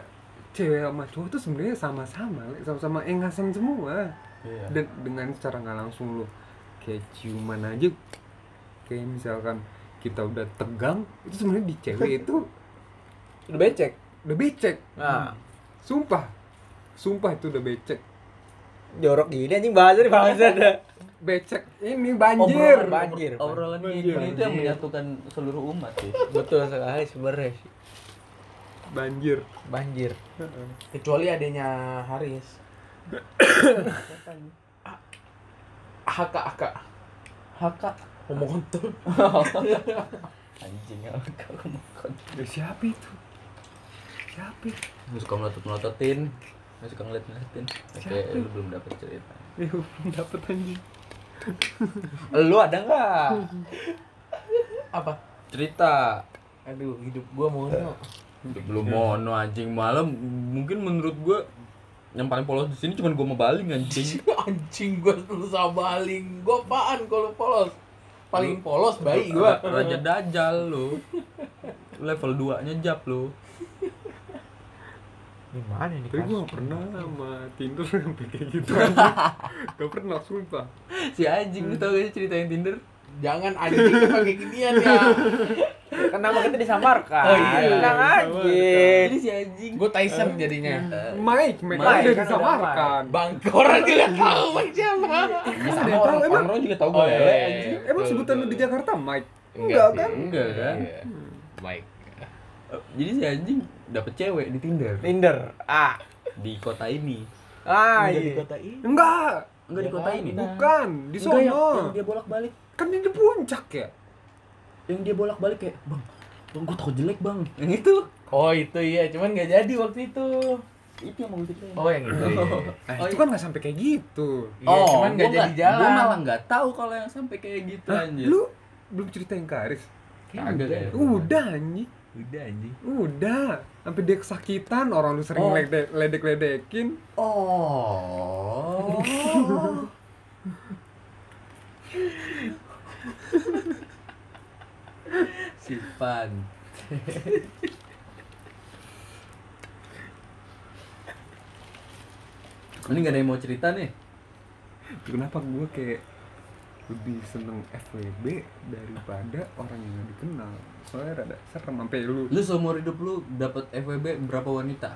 [SPEAKER 2] cewek sama cowok tuh sebenarnya sama-sama Le. sama-sama engasan semua
[SPEAKER 3] Ya.
[SPEAKER 1] Iya.
[SPEAKER 2] dan dengan secara nggak langsung lo kayak ciuman aja kayak misalkan kita udah tegang itu sebenarnya di cewek itu
[SPEAKER 4] Udah becek
[SPEAKER 2] udah becek
[SPEAKER 4] Nah
[SPEAKER 2] sumpah sumpah itu udah becek
[SPEAKER 4] jorok gini anjing bahasa nih bahasa dah
[SPEAKER 2] becek ini banjir
[SPEAKER 4] Obrolan banjir.
[SPEAKER 3] Obrolan kayak gini itu yang menyatukan seluruh umat sih.
[SPEAKER 4] Betul sekali sebenernya
[SPEAKER 2] banjir
[SPEAKER 4] Banjir
[SPEAKER 5] Kecuali adanya Haris. Haka haka
[SPEAKER 3] Haka
[SPEAKER 5] ngomong tuh.
[SPEAKER 3] anjing Haka kemakan.
[SPEAKER 2] Ya, siapa itu siapa
[SPEAKER 3] Lu suka melotot melototin. Lu suka ngeliat ngeliatin. Oke, lu belum dapet cerita.
[SPEAKER 2] ya belum dapet anjing
[SPEAKER 3] Lu ada nggak
[SPEAKER 1] Hmm.
[SPEAKER 5] Apa?
[SPEAKER 3] cerita?
[SPEAKER 5] Aduh, hidup gua mono.
[SPEAKER 1] Belum mono anjing malam mungkin menurut gua yang paling polos di sini cuman gua mau baling anjing.
[SPEAKER 5] Anjing gua susah baling. Gua apaan kalau polos? Paling polos bayi gua.
[SPEAKER 1] Raja Dajal lu. Level 2-nya jap lu.
[SPEAKER 4] Gimana nih
[SPEAKER 2] tapi gue gak pernah sama Tinder sampai kayak gitu anjing. gak pernah sumpah
[SPEAKER 1] Si anjing lu tau gak sih cerita yang Tinder?
[SPEAKER 5] Jangan anjing pakai ginian ya.
[SPEAKER 4] Kan nama kita disamarkan
[SPEAKER 5] Oh, iya.
[SPEAKER 4] Tenang aja
[SPEAKER 1] Jadi si anjing.
[SPEAKER 5] Gua Tyson jadinya.
[SPEAKER 1] Eh.
[SPEAKER 2] Mike,
[SPEAKER 4] Mike,
[SPEAKER 2] Mike, udah
[SPEAKER 4] kan udah
[SPEAKER 2] disamarkan
[SPEAKER 5] Bangkor juga tahu Mike siapa.
[SPEAKER 1] kan
[SPEAKER 2] Emang ada yang tahu, emang,
[SPEAKER 3] Orang juga tau
[SPEAKER 5] Oh, iya,
[SPEAKER 3] gue. ya,
[SPEAKER 5] iya,
[SPEAKER 3] anjing.
[SPEAKER 5] iya.
[SPEAKER 2] emang
[SPEAKER 5] Betul,
[SPEAKER 2] sebutan lu
[SPEAKER 5] betul.
[SPEAKER 2] di Jakarta Mike?
[SPEAKER 5] Enggak
[SPEAKER 2] kan?
[SPEAKER 5] sih.
[SPEAKER 1] Enggak kan?
[SPEAKER 5] Iya. Baik.
[SPEAKER 1] Eh, Jadi si anjing dapet cewek di Tinder
[SPEAKER 4] Tinder Ah
[SPEAKER 1] di kota ini.
[SPEAKER 4] Ah
[SPEAKER 5] Enggak di
[SPEAKER 4] iya
[SPEAKER 5] kota ini.
[SPEAKER 2] Enggak,
[SPEAKER 1] Enggak di kota ini.
[SPEAKER 2] bukan, di
[SPEAKER 1] Enggak, ya. Iya, yang- yang
[SPEAKER 2] sono
[SPEAKER 1] dia bolak-balik.
[SPEAKER 2] Kan ini di puncak ya?
[SPEAKER 1] Yang dia bolak-balik kayak, "Bang, Bang, gua tau jelek bang Yang itu
[SPEAKER 5] Oh itu iya, cuman nggak jadi waktu itu.
[SPEAKER 3] Itu yang mau gue ceritain.
[SPEAKER 5] Oh yang itu.
[SPEAKER 2] Eh, itu kan gak sampai kayak gitu
[SPEAKER 5] Iya,
[SPEAKER 1] Oh,
[SPEAKER 5] cuman
[SPEAKER 3] gua
[SPEAKER 5] nggak jadi
[SPEAKER 3] nggak-
[SPEAKER 5] jalan.
[SPEAKER 3] Gua malah nggak tahu kalau yang sampai kayak gitu
[SPEAKER 2] Hah,
[SPEAKER 3] anjir.
[SPEAKER 2] Lu belum cerita yang ke Aris?
[SPEAKER 3] kagak ya.
[SPEAKER 1] gitu.
[SPEAKER 2] Udah anjing
[SPEAKER 3] Udah anjing.
[SPEAKER 2] Udah, sampai dia kesakitan, orang lu sering
[SPEAKER 3] Oh.
[SPEAKER 2] ledek- ledek-ledekin
[SPEAKER 1] Oh. si Pan. Ini gak ada yang mau cerita nih.
[SPEAKER 2] Kenapa gue kayak lebih seneng FWB daripada orang yang gak dikenal Soalnya rada serem, sampai lu
[SPEAKER 1] Lu seumur hidup lu dapat FWB berapa wanita?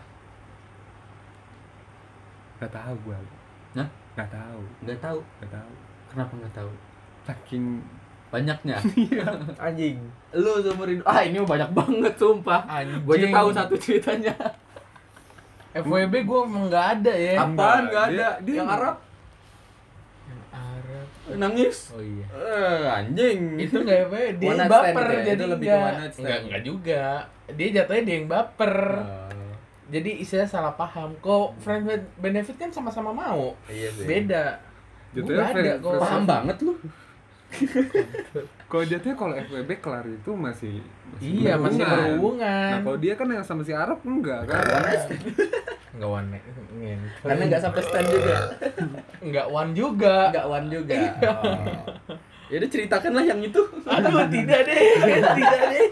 [SPEAKER 2] Gak tahu gue
[SPEAKER 1] Hah?
[SPEAKER 2] Gak tahu,
[SPEAKER 1] Gak tahu.
[SPEAKER 2] gak tahu.
[SPEAKER 1] Kenapa gak tahu?
[SPEAKER 2] Saking
[SPEAKER 1] Banyaknya.
[SPEAKER 4] Anjing
[SPEAKER 1] Lu seumur hidup. Ah, ini banyak banget sumpah.
[SPEAKER 5] Anjing.
[SPEAKER 1] Gua aja tahu satu ceritanya.
[SPEAKER 5] FWB gue emang nggak ada ya.
[SPEAKER 1] Apaan
[SPEAKER 2] Enggak,
[SPEAKER 1] gak ada?
[SPEAKER 2] dia- dia
[SPEAKER 1] yang
[SPEAKER 2] enggak.
[SPEAKER 1] Arab
[SPEAKER 5] Arab.
[SPEAKER 1] nangis.
[SPEAKER 5] Oh iya.
[SPEAKER 1] Eh, anjing.
[SPEAKER 5] Itu nggak FWB,
[SPEAKER 1] One
[SPEAKER 5] dia yang
[SPEAKER 1] night stand
[SPEAKER 5] baper
[SPEAKER 1] gitu ya, itu
[SPEAKER 5] jadi
[SPEAKER 1] lebih ke
[SPEAKER 5] nggak.
[SPEAKER 1] one night stand.
[SPEAKER 5] Nggak nggak juga. Dia jatuhnya dia yang baper.
[SPEAKER 1] Ah.
[SPEAKER 5] Jadi istilahnya salah paham. Kok friend with benefit kan sama-sama mau.
[SPEAKER 1] Iya sih.
[SPEAKER 5] Beda.
[SPEAKER 2] Jatuhnya
[SPEAKER 5] Gue nggak ada
[SPEAKER 2] friend-
[SPEAKER 5] kok.
[SPEAKER 2] friend-
[SPEAKER 1] Paham banget lu.
[SPEAKER 2] kalau jatuhnya kalau FWB kelar itu masih
[SPEAKER 5] Iya masih
[SPEAKER 2] berhubungan.
[SPEAKER 5] berhubungan.
[SPEAKER 2] Nah, kalau dia kan yang sama si Arab enggak kan?
[SPEAKER 1] Iya.
[SPEAKER 5] Nggak one night.
[SPEAKER 1] Karena nggak sampai stand juga.
[SPEAKER 5] Nggak one juga. Iya.
[SPEAKER 1] Nggak one juga. Oh. Ya udah ceritakanlah yang itu.
[SPEAKER 5] Aduh tidak deh. tidak deh.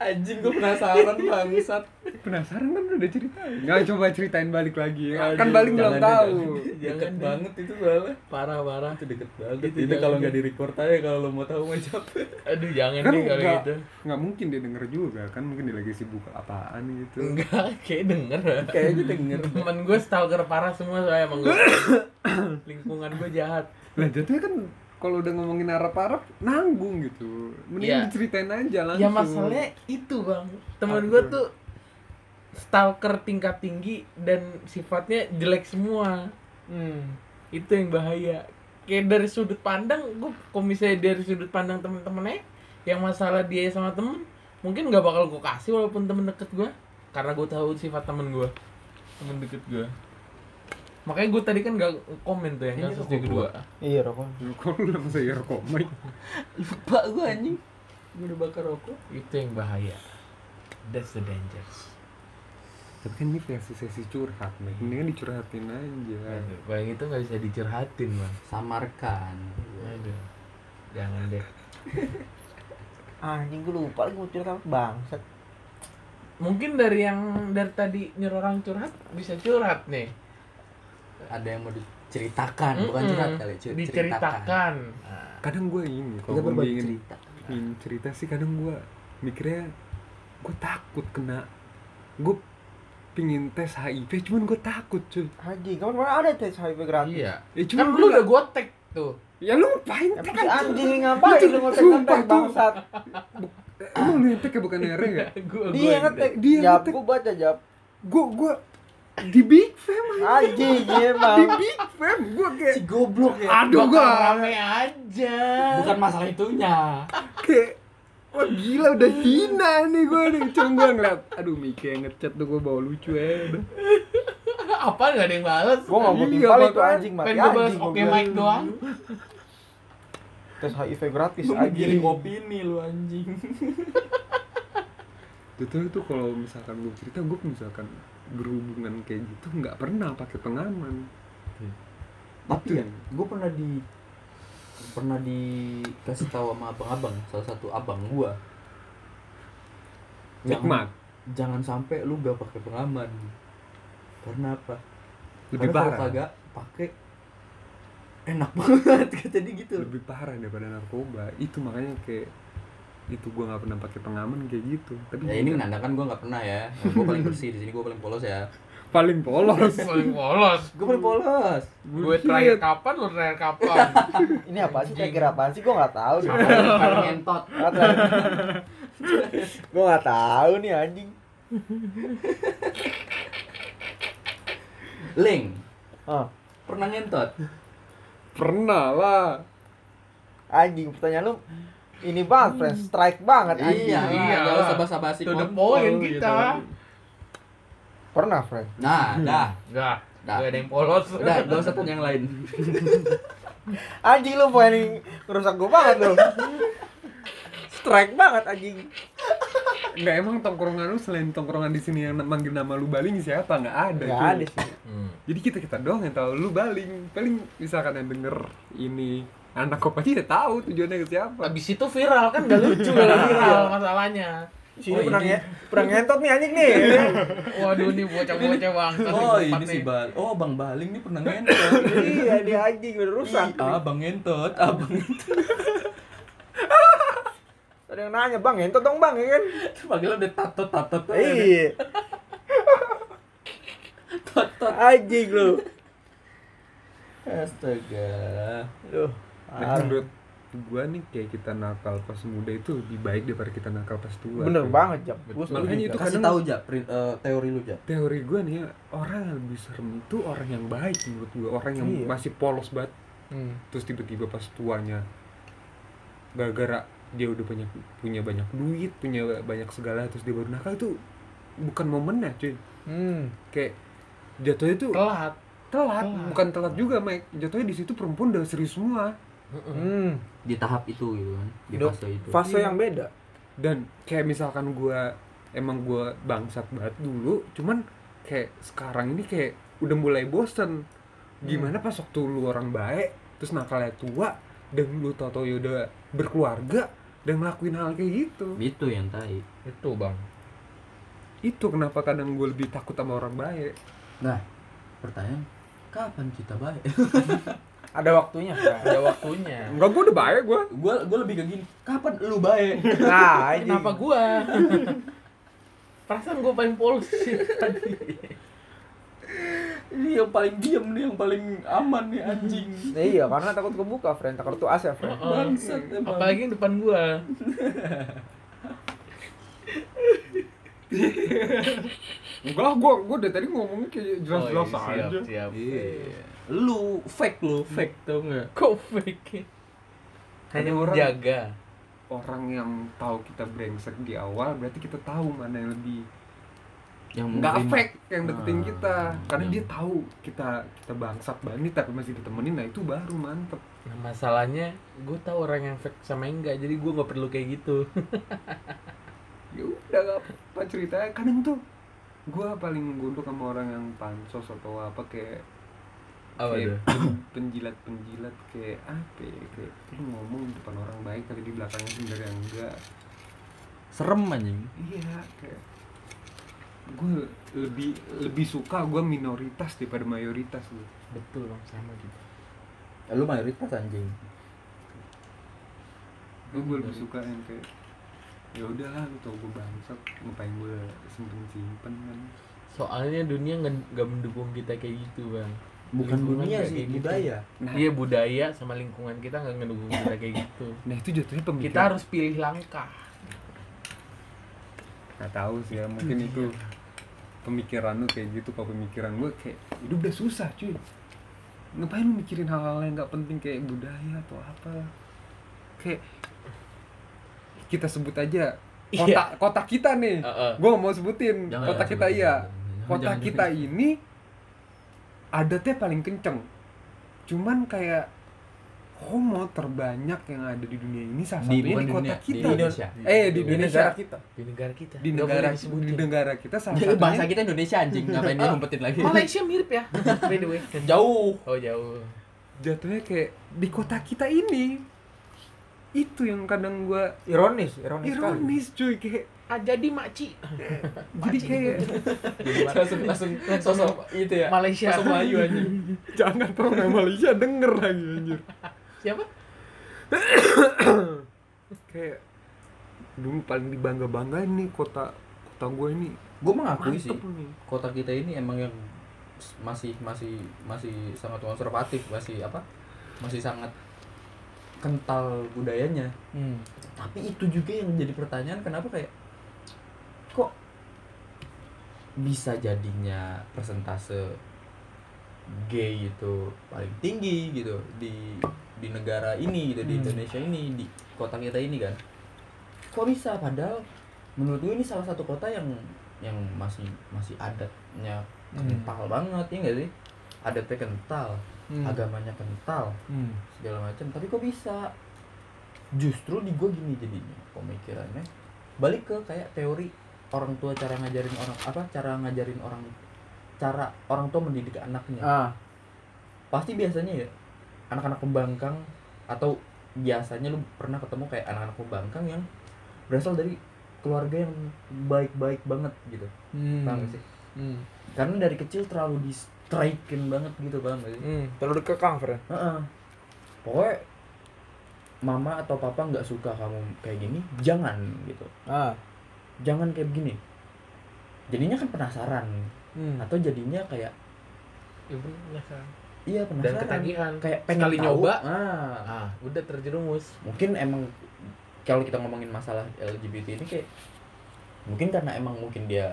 [SPEAKER 1] Anjing gue penasaran bangsat.
[SPEAKER 2] Penasaran kan udah ceritain. Enggak coba ceritain balik lagi. Ya.
[SPEAKER 1] Aduh,
[SPEAKER 2] Kan balik belum
[SPEAKER 1] Iya, jangan deh,
[SPEAKER 2] tahu.
[SPEAKER 1] jangan. Deket banget itu soalnya.
[SPEAKER 5] Parah-parah.
[SPEAKER 1] Itu deket banget.
[SPEAKER 5] Itu
[SPEAKER 1] Itu
[SPEAKER 5] jangan
[SPEAKER 1] kalau
[SPEAKER 5] deh.
[SPEAKER 1] nggak direcord aja kalau lo mau tahu macam.
[SPEAKER 5] Aduh jangan
[SPEAKER 2] Kan
[SPEAKER 5] deh kalau
[SPEAKER 2] enggak,
[SPEAKER 5] gitu.
[SPEAKER 2] enggak mungkin dia denger juga kan mungkin dia lagi sibuk apaan gitu.
[SPEAKER 5] Enggak, kayak denger.
[SPEAKER 1] Kayaknya denger.
[SPEAKER 5] Temen gue stalker parah semua soalnya emang gue. Lingkungan gue jahat.
[SPEAKER 2] Lah jatuhnya kan kalau udah ngomongin Arab-Arab nanggung gitu. Mending
[SPEAKER 5] Iya.
[SPEAKER 2] diceritain aja langsung.
[SPEAKER 5] Ya masalahnya itu bang. Temen
[SPEAKER 2] Apa
[SPEAKER 5] gue
[SPEAKER 2] tuh?
[SPEAKER 5] tuh stalker tingkat tinggi dan sifatnya jelek semua.
[SPEAKER 4] Hmm
[SPEAKER 5] Itu yang bahaya. Kayak dari sudut pandang, gue kalau misalnya dari sudut pandang temen-temennya, yang masalah dia sama temen, mungkin nggak bakal gue kasih walaupun temen deket gue. Karena gue tahu sifat temen gue. Temen deket gue. Makanya gue tadi kan gak komen tuh yang
[SPEAKER 1] Ini
[SPEAKER 5] kasus
[SPEAKER 1] rokok
[SPEAKER 5] yang kedua.
[SPEAKER 4] Iya rokok
[SPEAKER 2] Lu kok lu langsung ya komik.
[SPEAKER 1] Lupa gue anjing. Gue udah bakar rokok.
[SPEAKER 5] Itu yang bahaya. That's the dangers.
[SPEAKER 2] Tapi kan ini versi sesi curhat, men. Mendingan dicurhatin
[SPEAKER 1] Nah.
[SPEAKER 2] aja.
[SPEAKER 5] Aduh, Bang itu nggak bisa dicurhatin, Bang.
[SPEAKER 1] samarkan
[SPEAKER 5] Aduh. Jangan deh.
[SPEAKER 4] Anjing gue lupa lagi mau curhat apa, bangsat.
[SPEAKER 5] Mungkin dari yang dari tadi nyuruh orang curhat bisa curhat nih.
[SPEAKER 1] ada yang mau diceritakan bukan
[SPEAKER 5] Mm-mm.
[SPEAKER 1] curhat kali cer- ceritakan
[SPEAKER 5] diceritakan. Nah,
[SPEAKER 2] Kadang gue ini,
[SPEAKER 1] kita
[SPEAKER 2] kalau gue
[SPEAKER 1] berbagi
[SPEAKER 2] ingin,
[SPEAKER 1] cerita
[SPEAKER 2] ingin cerita sih kadang gue mikirnya gue takut kena gue pingin tes HIV cuman gue takut cuy
[SPEAKER 4] Haji, kapan kemarin ada tes HIV gratis?
[SPEAKER 5] iya.
[SPEAKER 2] ya
[SPEAKER 5] Kan
[SPEAKER 2] cuman
[SPEAKER 5] lu
[SPEAKER 2] gue
[SPEAKER 5] udah gotek tuh.
[SPEAKER 2] ya lu ngapain
[SPEAKER 4] Emang si anjing ini ngapain lu ngetek
[SPEAKER 2] Sumpah,
[SPEAKER 4] ngetek
[SPEAKER 2] tuh.
[SPEAKER 4] bangsat?
[SPEAKER 2] emang lu ngetek ya bukan nere ya
[SPEAKER 5] gua
[SPEAKER 4] Dia yang
[SPEAKER 5] gua-
[SPEAKER 4] ngetek.
[SPEAKER 2] Dia yang
[SPEAKER 4] Jap,
[SPEAKER 2] ngetek.
[SPEAKER 4] gue baca jap.
[SPEAKER 2] gue gue di big fam
[SPEAKER 4] Anjing iya, emang.
[SPEAKER 2] di big fam gue kayak
[SPEAKER 1] si goblok ya
[SPEAKER 2] aduh gue
[SPEAKER 5] Bakal rame aja.
[SPEAKER 1] bukan masalah itunya
[SPEAKER 2] kayak wah gila udah hina nih gue nih cuman gue ngeliat aduh Miki yang ngechat tuh gue bawa lucu ya udah
[SPEAKER 5] Apa nggak ada yang balas?
[SPEAKER 4] Gue nggak mau
[SPEAKER 2] Iya,
[SPEAKER 4] timpal itu
[SPEAKER 2] makanya.
[SPEAKER 4] anjing mati
[SPEAKER 5] Pengen gue balas
[SPEAKER 4] anjing. gua
[SPEAKER 5] oke
[SPEAKER 4] bilang.
[SPEAKER 5] mic doang.
[SPEAKER 4] Tes HIV gratis
[SPEAKER 1] lu
[SPEAKER 4] anjing.
[SPEAKER 1] menggiring opini lu anjing
[SPEAKER 2] Betul tuh kalau misalkan gue cerita gue misalkan berhubungan kayak gitu nggak pernah pakai pengaman.
[SPEAKER 1] Iya.
[SPEAKER 3] Tapi ya,
[SPEAKER 2] Betul.
[SPEAKER 3] gue pernah di
[SPEAKER 1] pernah dikasih tahu sama abang-abang salah satu abang gua
[SPEAKER 2] Nikmat.
[SPEAKER 1] jangan sampai lu gak pakai pengaman karena apa
[SPEAKER 2] Lebih
[SPEAKER 1] Karena kalau
[SPEAKER 2] parah.
[SPEAKER 1] kagak pakai enak banget jadi gitu
[SPEAKER 2] Lebih parah daripada narkoba. Itu makanya kayak itu gue nggak pernah pakai pengaman kayak gitu. Tapi
[SPEAKER 1] ya ini menandakan gua nggak pernah ya gue paling bersih di sini gue paling polos ya
[SPEAKER 2] paling polos.
[SPEAKER 5] Paling polos.
[SPEAKER 1] gue paling polos
[SPEAKER 5] Gue terakhir kapan, lu terakhir kapan?
[SPEAKER 4] Ini apaan sih? Kira apaan sih? Gue nggak tahu. nih.
[SPEAKER 1] paling entot
[SPEAKER 4] Gue nggak tahu nih anjing.
[SPEAKER 1] link
[SPEAKER 4] Ah,
[SPEAKER 1] pernah ngentot
[SPEAKER 2] pernah lah.
[SPEAKER 4] anjing pertanyaan lu ini banget, friend strike banget anjing.
[SPEAKER 1] iya iya
[SPEAKER 5] Iya.
[SPEAKER 1] jangan basa-basi
[SPEAKER 5] To
[SPEAKER 1] kontol
[SPEAKER 5] the point
[SPEAKER 1] gitu.
[SPEAKER 5] kita.
[SPEAKER 4] Pernah, friend.
[SPEAKER 1] nah dah
[SPEAKER 5] Enggak.
[SPEAKER 1] Dah.
[SPEAKER 5] Gak ada yang polos.
[SPEAKER 1] udah gak usah punya yang lain
[SPEAKER 4] Anjing lu pengen ngerusak gue banget lu. strike banget anjing.
[SPEAKER 2] Nggak emang tongkrongan lu selain tongkrongan di sini yang manggil nama lu baling siapa? Nggak ada.
[SPEAKER 4] Enggak
[SPEAKER 2] cuy.
[SPEAKER 4] ada sih.
[SPEAKER 5] Hmm.
[SPEAKER 2] Jadi kita kita doang yang tahu lu baling. Paling misalkan yang denger ini anak koperasi ya tahu tujuannya ke siapa.
[SPEAKER 5] Abis itu viral kan gak lucu kalau viral masalahnya.
[SPEAKER 4] Sini pernah ya, pernah ngentot nih anjing nih.
[SPEAKER 5] Waduh nih bocah-bocah bang.
[SPEAKER 1] oh ini si bal oh bang baling nih pernah ngentot
[SPEAKER 4] iya, dia anjing udah rusak.
[SPEAKER 1] Ih, abang ngentot abang ngentot
[SPEAKER 4] Ada yang nanya, "Bang, ngentot dong, Bang." Ya kan?
[SPEAKER 1] panggilan udah tatot tatot eh,
[SPEAKER 4] Iya.
[SPEAKER 1] tatot
[SPEAKER 4] Anjing lu.
[SPEAKER 1] astaga
[SPEAKER 4] Duh.
[SPEAKER 2] Nah,
[SPEAKER 4] parah.
[SPEAKER 2] menurut gua nih kayak kita nakal pas muda itu lebih baik daripada kita nakal pas tua.
[SPEAKER 4] Bener
[SPEAKER 2] Kayak
[SPEAKER 4] banget, Jap. Gua
[SPEAKER 2] Makanya
[SPEAKER 4] setuju,
[SPEAKER 2] itu
[SPEAKER 4] Jap.
[SPEAKER 1] kasih
[SPEAKER 2] kadang-
[SPEAKER 1] tahu ja pri- eh, teori lu ja
[SPEAKER 2] Teori gua nih ya, orang yang lebih serem itu orang yang baik menurut gua, orang yang
[SPEAKER 4] Iya.
[SPEAKER 2] masih polos banget
[SPEAKER 4] Hmm.
[SPEAKER 2] terus tiba-tiba pas tuanya gara-gara dia udah banyak punya banyak duit, punya banyak segala terus dia baru nakal itu bukan momennya cuy.
[SPEAKER 4] Hmm.
[SPEAKER 2] Kayak jatuhnya tuh
[SPEAKER 3] Oh.
[SPEAKER 5] Telat.
[SPEAKER 2] telat,
[SPEAKER 5] telat.
[SPEAKER 2] bukan telat juga, Mike. Jatuhnya di situ perempuan udah serius semua.
[SPEAKER 4] Hmm.
[SPEAKER 1] di tahap itu gitu kan di
[SPEAKER 4] Dok,
[SPEAKER 1] fase itu
[SPEAKER 4] Fase yang beda.
[SPEAKER 2] dan kayak misalkan gua emang gua bangsat banget dulu cuman kayak sekarang ini kayak udah mulai bosen gimana pas waktu lu orang baik terus nakalnya tua dan lu tau tau udah berkeluarga dan ngelakuin hal kayak gitu
[SPEAKER 1] itu yang tai
[SPEAKER 5] Itu bang.
[SPEAKER 2] itu kenapa kadang gue lebih takut sama orang baik
[SPEAKER 1] nah pertanyaan kapan kita baik
[SPEAKER 4] Ada waktunya, Fran.
[SPEAKER 5] Ada waktunya.
[SPEAKER 2] enggak gue udah baik gue
[SPEAKER 1] gue gue lebih ke gini kapan lu baik
[SPEAKER 4] Nah, anjing.
[SPEAKER 5] Kenapa gua? Perasaan gua paling polos sih tadi.
[SPEAKER 1] ini yang paling diem nih yang paling aman nih anjing
[SPEAKER 4] Nah, iya, karena takut kebuka, friend. Takut tuh as ya, friend.
[SPEAKER 1] bangsat emang
[SPEAKER 5] Oh, Apalagi yang depan gua.
[SPEAKER 2] enggak lah gue gue dari tadi ngomongnya kayak jelas jelas
[SPEAKER 5] Oh, iya,
[SPEAKER 2] aja
[SPEAKER 5] Siap, siap.
[SPEAKER 1] Iya. lu fake lu fake tau nggak
[SPEAKER 5] Kok fake? Hanya
[SPEAKER 2] Ada orang-
[SPEAKER 5] menjaga.
[SPEAKER 2] orang yang tahu kita brengsek di awal berarti kita tahu mana yang lebih
[SPEAKER 1] yang
[SPEAKER 2] nggak
[SPEAKER 1] menerima.
[SPEAKER 2] fake yang deketin
[SPEAKER 1] Ah,
[SPEAKER 2] kita karena
[SPEAKER 1] iya.
[SPEAKER 2] dia tahu kita kita bangsat banget tapi masih ditemenin nah itu baru mantep
[SPEAKER 5] Nah masalahnya, gue tahu orang yang fake sama yang enggak, jadi gue nggak perlu kayak gitu.
[SPEAKER 2] ya udah nggak apa-apa apa ceritanya kadang tuh gua paling gondok sama orang yang pansos atau apa kayak
[SPEAKER 7] Apa tuh?
[SPEAKER 2] kayak pen- penjilat-penjilat kayak apa ya kayak lu ngomong di depan orang baik tapi di belakangnya sebenarnya enggak
[SPEAKER 7] Serem anjing.
[SPEAKER 2] iya kayak gue lebih lebih suka gue minoritas daripada mayoritas gitu
[SPEAKER 3] betul bang sama gitu
[SPEAKER 1] Eh, lu mayoritas anjing
[SPEAKER 2] gue gue lebih suka yang kayak ya udahlah lu tau gue bangsat ngapain gue simpen simpen kan
[SPEAKER 3] soalnya dunia nggak nggak mendukung kita kayak gitu bang
[SPEAKER 1] bukan
[SPEAKER 3] Lingkungan
[SPEAKER 1] dunia
[SPEAKER 3] kayak
[SPEAKER 1] sih
[SPEAKER 3] gitu.
[SPEAKER 1] budaya
[SPEAKER 2] nah
[SPEAKER 3] Iya budaya sama lingkungan kita nggak ngedukung kita kayak gitu.
[SPEAKER 2] nah itu jatuhnya pemikiran
[SPEAKER 3] Kita harus pilih langkah.
[SPEAKER 2] nggak tahu sih ya mungkin
[SPEAKER 7] Hmm,
[SPEAKER 2] itu
[SPEAKER 7] iya.
[SPEAKER 2] pemikiran lu kayak gitu kalau pemikiran gue kayak hidup udah susah cuy ngapain lu mikirin hal-hal yang nggak penting kayak budaya atau apa kayak kita sebut aja
[SPEAKER 3] Iya.
[SPEAKER 2] kota kota kita nih
[SPEAKER 3] Heeh.
[SPEAKER 2] gue mau sebutin
[SPEAKER 7] Jangan,
[SPEAKER 2] kota
[SPEAKER 7] jangan,
[SPEAKER 2] kita
[SPEAKER 7] jangan,
[SPEAKER 2] iya
[SPEAKER 7] jangan,
[SPEAKER 2] kota
[SPEAKER 7] jangan,
[SPEAKER 2] kita ini adatnya paling kenceng cuman kayak homo terbanyak yang ada di dunia ini salah
[SPEAKER 7] Di-
[SPEAKER 2] satunya
[SPEAKER 7] bukan
[SPEAKER 2] di kota
[SPEAKER 7] dunia, di
[SPEAKER 2] kita
[SPEAKER 7] Indonesia.
[SPEAKER 2] eh di
[SPEAKER 7] Di
[SPEAKER 2] Indonesia
[SPEAKER 1] kita
[SPEAKER 3] Di negara kita.
[SPEAKER 2] di
[SPEAKER 3] Nggak
[SPEAKER 2] negara
[SPEAKER 3] boleh disebutin.
[SPEAKER 2] di negara kita salah
[SPEAKER 1] Iya,
[SPEAKER 7] Jadi bahasa
[SPEAKER 2] satunya
[SPEAKER 7] kita Indonesia anjing, ngapain
[SPEAKER 1] Ah.
[SPEAKER 7] dia ngumpetin lagi?
[SPEAKER 3] Malaysia mirip ya. By the way.
[SPEAKER 7] Jauh.
[SPEAKER 3] Oh jauh.
[SPEAKER 2] jatuhnya kayak di kota kita ini itu yang kadang gua
[SPEAKER 4] Ironis, ironis, sekali.
[SPEAKER 2] ironis cuy kayak
[SPEAKER 3] Ah jadi makci.
[SPEAKER 2] jadi kayak
[SPEAKER 7] langsung langsung sosok itu ya.
[SPEAKER 3] Malaysia.
[SPEAKER 7] Sosok Melayu anjing.
[SPEAKER 2] jangan pernah Malaysia denger lagi anjir
[SPEAKER 3] Siapa?
[SPEAKER 2] kayak dulu paling dibangga banggain nih kota kota gue ini
[SPEAKER 1] gue mengakui Iya sih
[SPEAKER 2] mantep nih
[SPEAKER 1] kota kita ini emang yang s- masih masih masih sangat konservatif masih apa masih sangat kental budayanya
[SPEAKER 3] Hmm.
[SPEAKER 1] tapi itu juga yang jadi pertanyaan kenapa kayak kok bisa jadinya persentase gay itu paling tinggi gitu di di negara ini gitu di Indonesia ini di kota kita ini kan kok bisa padahal menurut gue ini salah satu kota yang yang masih masih adatnya kental banget ya nggak sih adatnya kental agamanya kental
[SPEAKER 4] hmm.
[SPEAKER 1] segala macam tapi kok bisa justru di gue gini jadinya pemikirannya balik ke kayak teori orang tua cara ngajarin orang apa cara ngajarin orang cara orang tua mendidik anaknya
[SPEAKER 4] Ah,
[SPEAKER 1] pasti biasanya ya anak-anak pembangkang atau biasanya lu pernah ketemu kayak anak-anak pembangkang yang berasal dari keluarga yang baik-baik banget gitu
[SPEAKER 4] Hmm,
[SPEAKER 1] paham gak sih karena dari kecil terlalu di strikein banget gitu paham gak sih
[SPEAKER 4] hmm, terlalu dikekang, Fren.
[SPEAKER 1] Heeh. Pokoknya mama atau papa nggak suka kamu kayak gini, jangan gitu.
[SPEAKER 4] Ah,
[SPEAKER 1] Jangan kayak begini. Jadinya kan penasaran
[SPEAKER 4] hmm.
[SPEAKER 1] atau jadinya kayak
[SPEAKER 3] Ya, penasaran.
[SPEAKER 1] iya
[SPEAKER 3] Dan
[SPEAKER 1] penasaran.
[SPEAKER 3] ketagihan.
[SPEAKER 1] kayak pengen
[SPEAKER 3] Sekali
[SPEAKER 1] tahu.
[SPEAKER 3] nyoba.
[SPEAKER 1] Ah,
[SPEAKER 3] Ah, udah terjerumus.
[SPEAKER 1] mungkin emang kalau kita ngomongin masalah LGBT ini kayak mungkin karena emang mungkin dia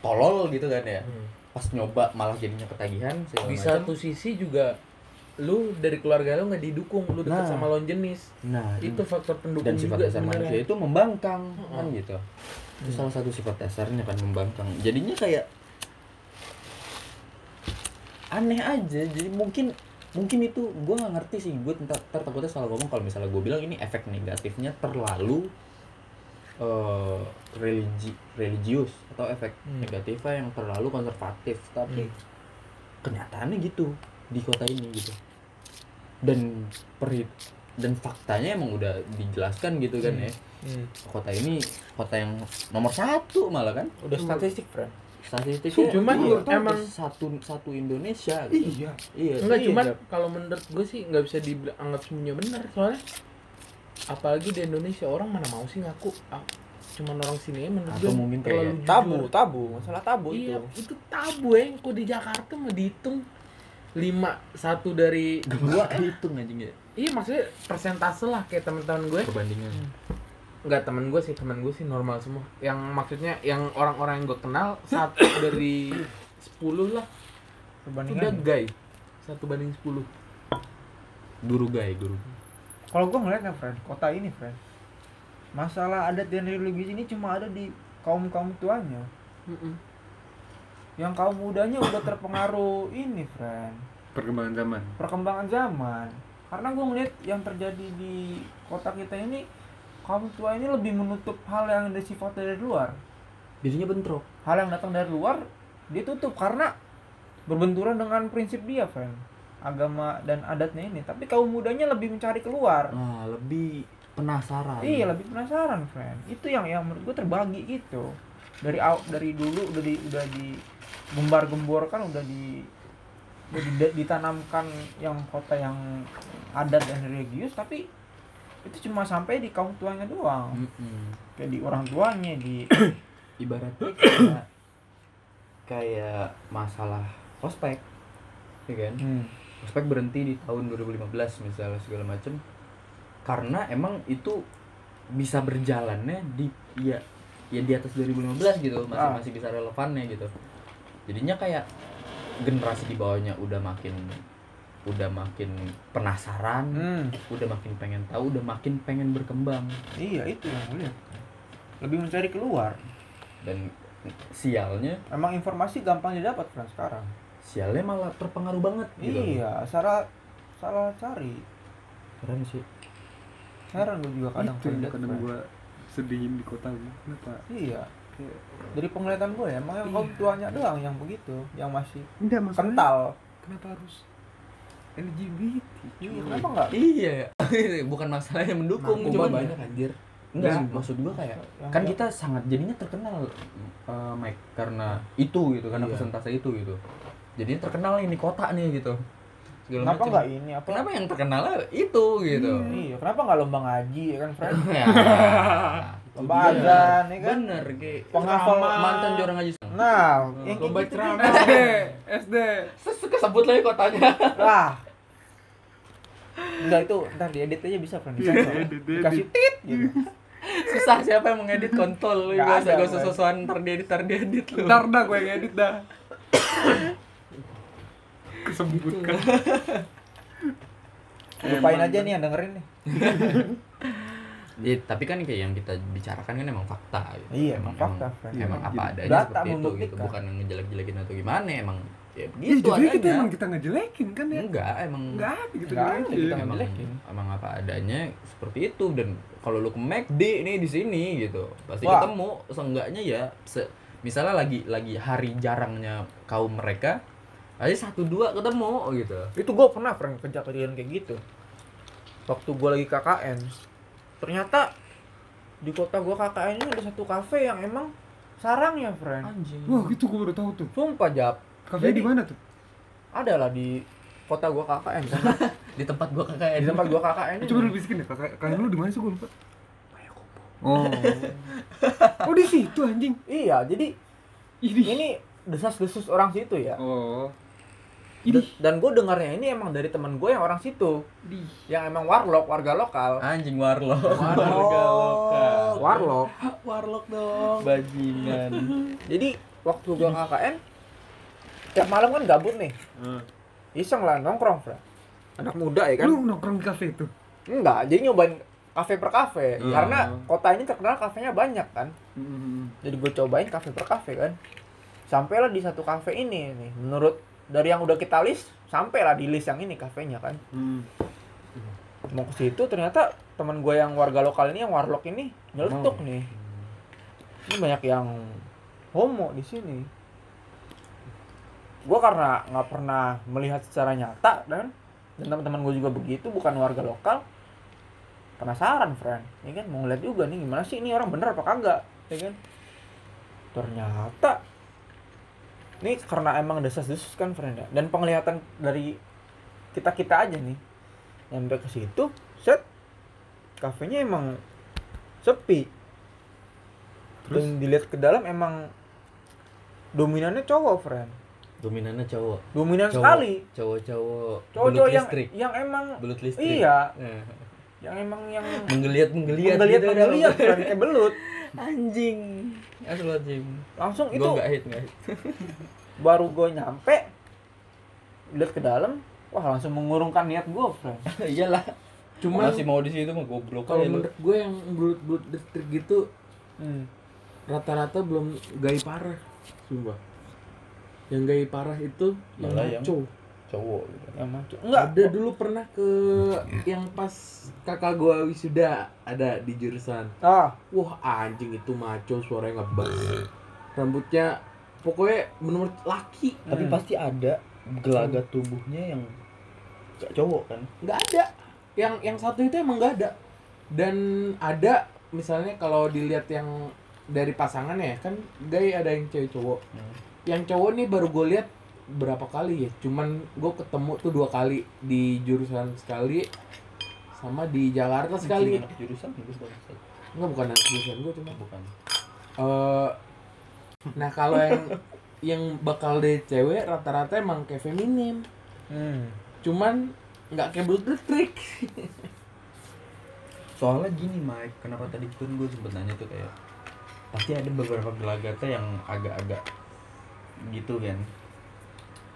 [SPEAKER 1] tolol gitu kan ya.
[SPEAKER 3] Hmm.
[SPEAKER 1] Pas nyoba malah jadinya ketagihan segala
[SPEAKER 3] Di
[SPEAKER 1] macam.
[SPEAKER 3] satu sisi juga lu dari keluarga lu nggak didukung, lu deket
[SPEAKER 1] Nah.
[SPEAKER 3] sama lawan jenis.
[SPEAKER 1] Nah,
[SPEAKER 3] Itu faktor pendukung
[SPEAKER 1] dan sifat
[SPEAKER 3] juga
[SPEAKER 1] dasar manusia
[SPEAKER 3] sebenarnya.
[SPEAKER 1] itu membangkang kan
[SPEAKER 3] Heeh.
[SPEAKER 1] gitu itu salah satu sifat dasarnya kan membangkang jadinya kayak aneh aja jadi mungkin mungkin itu gue nggak ngerti sih gue ntar, ntar takutnya salah ngomong kalau misalnya gue bilang ini efek negatifnya terlalu eh, religi religius atau efek
[SPEAKER 3] Hmm.
[SPEAKER 1] negatifnya yang terlalu konservatif tapi kenyataannya gitu di kota ini gitu dan perhit dan faktanya emang udah dijelaskan gitu kan ya
[SPEAKER 4] Hmm.
[SPEAKER 1] kota ini kota yang nomor satu malah kan
[SPEAKER 4] Udah statistik, Fren.
[SPEAKER 1] statistiknya
[SPEAKER 3] Cuman
[SPEAKER 1] iya,
[SPEAKER 3] emang-
[SPEAKER 1] satu satu Indonesia gitu.
[SPEAKER 2] iya
[SPEAKER 1] iya
[SPEAKER 3] Enggak,
[SPEAKER 1] iya,
[SPEAKER 3] cuman
[SPEAKER 1] Jap.
[SPEAKER 3] kalau menurut gue sih nggak bisa dianggap semuanya benar soalnya apalagi di Indonesia orang mana mau sih ngaku ah, cuman orang sini aja menurut
[SPEAKER 1] Atau
[SPEAKER 3] gue
[SPEAKER 1] mungkin
[SPEAKER 3] terlalu
[SPEAKER 1] kayak
[SPEAKER 3] jujur.
[SPEAKER 4] Tabu, tabu, masalah tabu
[SPEAKER 3] iya,
[SPEAKER 4] itu.
[SPEAKER 3] itu tabu ya kok di Jakarta mah dihitung lima satu dari
[SPEAKER 1] gua hitung anjing ya
[SPEAKER 3] iya maksudnya persentase lah kayak teman-teman gue
[SPEAKER 1] perbandingan
[SPEAKER 3] Hmm. nggak teman gue sih teman gue sih normal semua yang maksudnya yang orang-orang yang gue kenal satu dari sepuluh lah itu udah
[SPEAKER 4] Perbandingan.
[SPEAKER 3] gay satu banding sepuluh
[SPEAKER 1] guru gay guru
[SPEAKER 4] Kalau gua ngeliatnya, Fren, kota ini, Fren. Masalah adat dan religius ini cuma ada di kaum-kaum tuanya. Yang kaum mudanya udah terpengaruh ini, Fren.
[SPEAKER 2] perkembangan zaman
[SPEAKER 4] perkembangan zaman karena gue ngeliat yang terjadi di kota kita ini kaum tua ini lebih menutup hal yang ada sifat dari luar
[SPEAKER 1] Biasanya bentrok.
[SPEAKER 4] hal yang datang dari luar dia tutup karena berbenturan dengan prinsip dia friend agama dan adatnya ini tapi kaum mudanya lebih mencari keluar
[SPEAKER 1] Nah, lebih penasaran.
[SPEAKER 4] iya lebih penasaran friend itu yang yang menurut gue terbagi gitu dari aw, dari dulu udah di udah di gembar gemborkan udah di udah di- ditanamkan yang kota yang adat dan religius tapi itu cuma sampai di kaum tuanya doang
[SPEAKER 1] Mm-mm.
[SPEAKER 4] kayak di orang tuanya di
[SPEAKER 1] ibaratnya kayak, kayak masalah ospek ya kan
[SPEAKER 4] Hmm.
[SPEAKER 1] ospek berhenti di tahun 2015 misalnya segala macem karena emang itu bisa berjalannya di ya ya di atas 2015 gitu masih
[SPEAKER 4] Ah.
[SPEAKER 1] masih bisa relevannya gitu jadinya kayak generasi di bawahnya udah makin udah makin penasaran
[SPEAKER 4] Hmm.
[SPEAKER 1] udah makin pengen tahu udah makin pengen berkembang
[SPEAKER 4] Iya itu yang gue lihat. Lebih mencari keluar.
[SPEAKER 1] dan sialnya
[SPEAKER 4] Emang informasi gampang didapat kan sekarang.
[SPEAKER 1] sialnya malah terpengaruh banget gitu
[SPEAKER 4] Iya, salah salah cari.
[SPEAKER 1] keren sih
[SPEAKER 4] Heran gue juga kadang
[SPEAKER 2] itu yang
[SPEAKER 4] ngeliat,
[SPEAKER 2] kadang
[SPEAKER 4] Fran.
[SPEAKER 2] gue sedihin di kota gue kenapa
[SPEAKER 4] Iya.
[SPEAKER 2] Kayak-
[SPEAKER 4] Dari penglihatan gue ya, emang yang kaum tuanya doang yang begitu, yang masih
[SPEAKER 2] enggak maksudnya
[SPEAKER 4] kental.
[SPEAKER 2] kenapa harus LGBT
[SPEAKER 4] Iya, kenapa enggak?
[SPEAKER 1] iya bukan masalah yang mendukung
[SPEAKER 8] Narkoba
[SPEAKER 1] cuma
[SPEAKER 8] banyak,
[SPEAKER 1] anjir enggak maksud gua kayak kan
[SPEAKER 4] kita
[SPEAKER 1] kita sangat jadinya terkenal eh, Mike karena itu gitu karena
[SPEAKER 8] Iya.
[SPEAKER 1] persentase itu gitu jadinya terkenal ini kota nih gitu Segala
[SPEAKER 4] kenapa
[SPEAKER 1] macem.
[SPEAKER 4] enggak ini apa?
[SPEAKER 1] kenapa yang terkenal itu gitu
[SPEAKER 4] Iya, kenapa enggak lomba ngaji ya kan, Fred?
[SPEAKER 1] Ya.
[SPEAKER 4] Lomba azan ya kan.
[SPEAKER 1] bener kayak
[SPEAKER 4] Penghafal
[SPEAKER 1] mantan juara ngaji
[SPEAKER 4] Nah, yang
[SPEAKER 3] Lomba
[SPEAKER 4] kayak gitu
[SPEAKER 3] ceramah.
[SPEAKER 2] SD
[SPEAKER 1] sesuka sebut lagi kotanya
[SPEAKER 4] lah enggak itu ntar diedit aja bisa kan bisa Fran.
[SPEAKER 2] Diedit, diedit.
[SPEAKER 4] dikasih tit gitu
[SPEAKER 1] susah siapa yang mengedit kontol lu
[SPEAKER 4] Nggak
[SPEAKER 1] gak usah
[SPEAKER 4] ada,
[SPEAKER 1] gak usah
[SPEAKER 4] Bang.
[SPEAKER 1] sosokan ntar diedit ntar diedit lu
[SPEAKER 2] ntar dah gue yang edit dah kesebutkan
[SPEAKER 4] lupain aja nih yang dengerin nih
[SPEAKER 1] Ya, tapi kan kayak yang kita bicarakan kan emang fakta gitu.
[SPEAKER 4] Iya, emang fakta, Frank.
[SPEAKER 1] Emang, emang apa adanya
[SPEAKER 4] Data kan.
[SPEAKER 1] seperti itu gitu,
[SPEAKER 4] membuktikan.
[SPEAKER 1] bukan yang ngejelek-jelekin atau gimana, emang ya
[SPEAKER 2] Iya,
[SPEAKER 1] begitu
[SPEAKER 2] jadi
[SPEAKER 1] adanya. Iya.
[SPEAKER 2] kita emang kita ngejelekin kan ya
[SPEAKER 1] Enggak, emang
[SPEAKER 2] enggak ada gitu
[SPEAKER 4] Nggak gitu. ada kita
[SPEAKER 1] emang,
[SPEAKER 4] ngejelekin.
[SPEAKER 1] emang apa adanya seperti itu dan kalau lu ke McD nih di sini gitu, pasti
[SPEAKER 4] Wah.
[SPEAKER 1] ketemu seenggaknya ya se- misalnya lagi lagi hari jarangnya kaum mereka aja satu dua ketemu gitu.
[SPEAKER 4] itu gue pernah pernah kerja kerjaan kayak gitu waktu gue lagi KKN ternyata di kota kan, gue KKN ini ada satu kafe yang emang sarangnya friend
[SPEAKER 1] Anjing.
[SPEAKER 2] wah gitu gue baru tahu tuh
[SPEAKER 4] Ah, sumpah jap
[SPEAKER 2] kafe
[SPEAKER 4] Jadi-
[SPEAKER 2] di mana tuh
[SPEAKER 4] ada lah di kota gue KKN karena
[SPEAKER 1] Di tempat gua gitu. kakak
[SPEAKER 4] di tempat gue KKN ini
[SPEAKER 2] Eh, coba lu bisikin deh kakak kakak lu di mana sih gue lupa Oh. Oh di situ anjing.
[SPEAKER 4] iya jadi
[SPEAKER 2] Ini.
[SPEAKER 4] ini desas-desus orang situ ya
[SPEAKER 2] Oh.
[SPEAKER 4] Da- dan gue dengarnya ini emang dari teman gue yang orang situ yang emang warlock warga lokal
[SPEAKER 1] Anjing warlock.
[SPEAKER 4] warlock warlock
[SPEAKER 3] Warlock dong.
[SPEAKER 1] Bajingan.
[SPEAKER 4] jadi waktu gue KKN tiap malam kan gabut nih iseng lah nongkrong Fra. anak muda ya kan
[SPEAKER 2] Oh. Lu nongkrong di kafe itu?
[SPEAKER 4] enggak jadi nyobain kafe per kafe
[SPEAKER 3] Hmm.
[SPEAKER 2] Iya.
[SPEAKER 4] karena kota ini terkenal kafenya banyak kan jadi gue cobain kafe per kafe kan sampailah di satu kafe ini nih menurut dari yang udah kita list sampailah di list yang ini kafenya kan mau ke situ ternyata teman gue yang warga lokal ini yang warlock ini nyeletuk nih ini banyak yang homo di sini gue karena nggak pernah melihat secara nyata dan dan teman-teman gue juga begitu bukan warga lokal penasaran friend ya kan mau ngeliat juga nih gimana sih ini orang bener apa kagak ya kan ternyata ini karena emang desas-desus kan friend ya dan penglihatan dari kita kita aja nih nyampe ke situ set kafenya emang sepi
[SPEAKER 2] Terus?
[SPEAKER 4] dan dilihat ke dalam emang dominannya cowok friend
[SPEAKER 1] Dominannya cowok.
[SPEAKER 4] dominan
[SPEAKER 1] Cowok.
[SPEAKER 4] sekali
[SPEAKER 1] Cowok-cowok
[SPEAKER 4] cowok-cowok
[SPEAKER 1] belut
[SPEAKER 4] yang
[SPEAKER 1] listrik.
[SPEAKER 4] yang emang
[SPEAKER 1] Belut listrik.
[SPEAKER 4] iya
[SPEAKER 1] Eh,
[SPEAKER 4] yang emang yang
[SPEAKER 1] Menggeliat menggeliat.
[SPEAKER 4] menggeliat
[SPEAKER 1] gitu.
[SPEAKER 4] menggeliat friend kayak belut
[SPEAKER 1] Anjing. Asal anjing.
[SPEAKER 4] langsung
[SPEAKER 1] Gue
[SPEAKER 4] itu
[SPEAKER 1] nggak hit nggak hit.
[SPEAKER 4] baru gue nyampe lihat ke dalam wah langsung mengurungkan niat gue friend
[SPEAKER 1] Iyalah.
[SPEAKER 3] Cuman
[SPEAKER 1] masih mau di situ mah goblok
[SPEAKER 3] kalau
[SPEAKER 1] aja Iya, lu.
[SPEAKER 3] menurut gue yang belut-belut listrik gitu
[SPEAKER 4] Hmm.
[SPEAKER 3] rata-rata belum gay parah. Sumpah. Yang gay parah itu yang
[SPEAKER 1] Malah yang-
[SPEAKER 3] maco.
[SPEAKER 1] Cowok gitu.
[SPEAKER 4] yang maco enggak
[SPEAKER 3] Ada dulu pernah ke yang pas kakak gua wisuda ada di jurusan.
[SPEAKER 4] ah
[SPEAKER 3] Wah anjing itu maco suaranya ngebas.
[SPEAKER 5] rambutnya pokoknya bener laki
[SPEAKER 4] Hmm.
[SPEAKER 1] Tapi pasti ada gelagat tubuhnya yang gak cowok kan.
[SPEAKER 5] nggak ada yang yang satu itu emang nggak ada dan ada misalnya kalau dilihat yang dari pasangannya ya kan gay ada yang cewek cowok
[SPEAKER 1] Hmm.
[SPEAKER 5] yang cowok nih baru gue lihat berapa kali ya cuman gue ketemu tuh dua kali di jurusan sekali sama di Jakarta sekali
[SPEAKER 1] Anak jurusan itu bangsat.
[SPEAKER 5] nggak bukan anak jurusan gue cuma
[SPEAKER 1] bukan.
[SPEAKER 5] eh nah kalau yang yang bakal deh cewek rata-rata emang kayak feminim
[SPEAKER 4] Hmm.
[SPEAKER 5] cuman nggak kayak Blue Trick
[SPEAKER 1] Soalnya gini Mike, kenapa tadi pun gue sempet nanya tuh kayak pasti ada beberapa gelagatnya yang agak-agak gitu kan.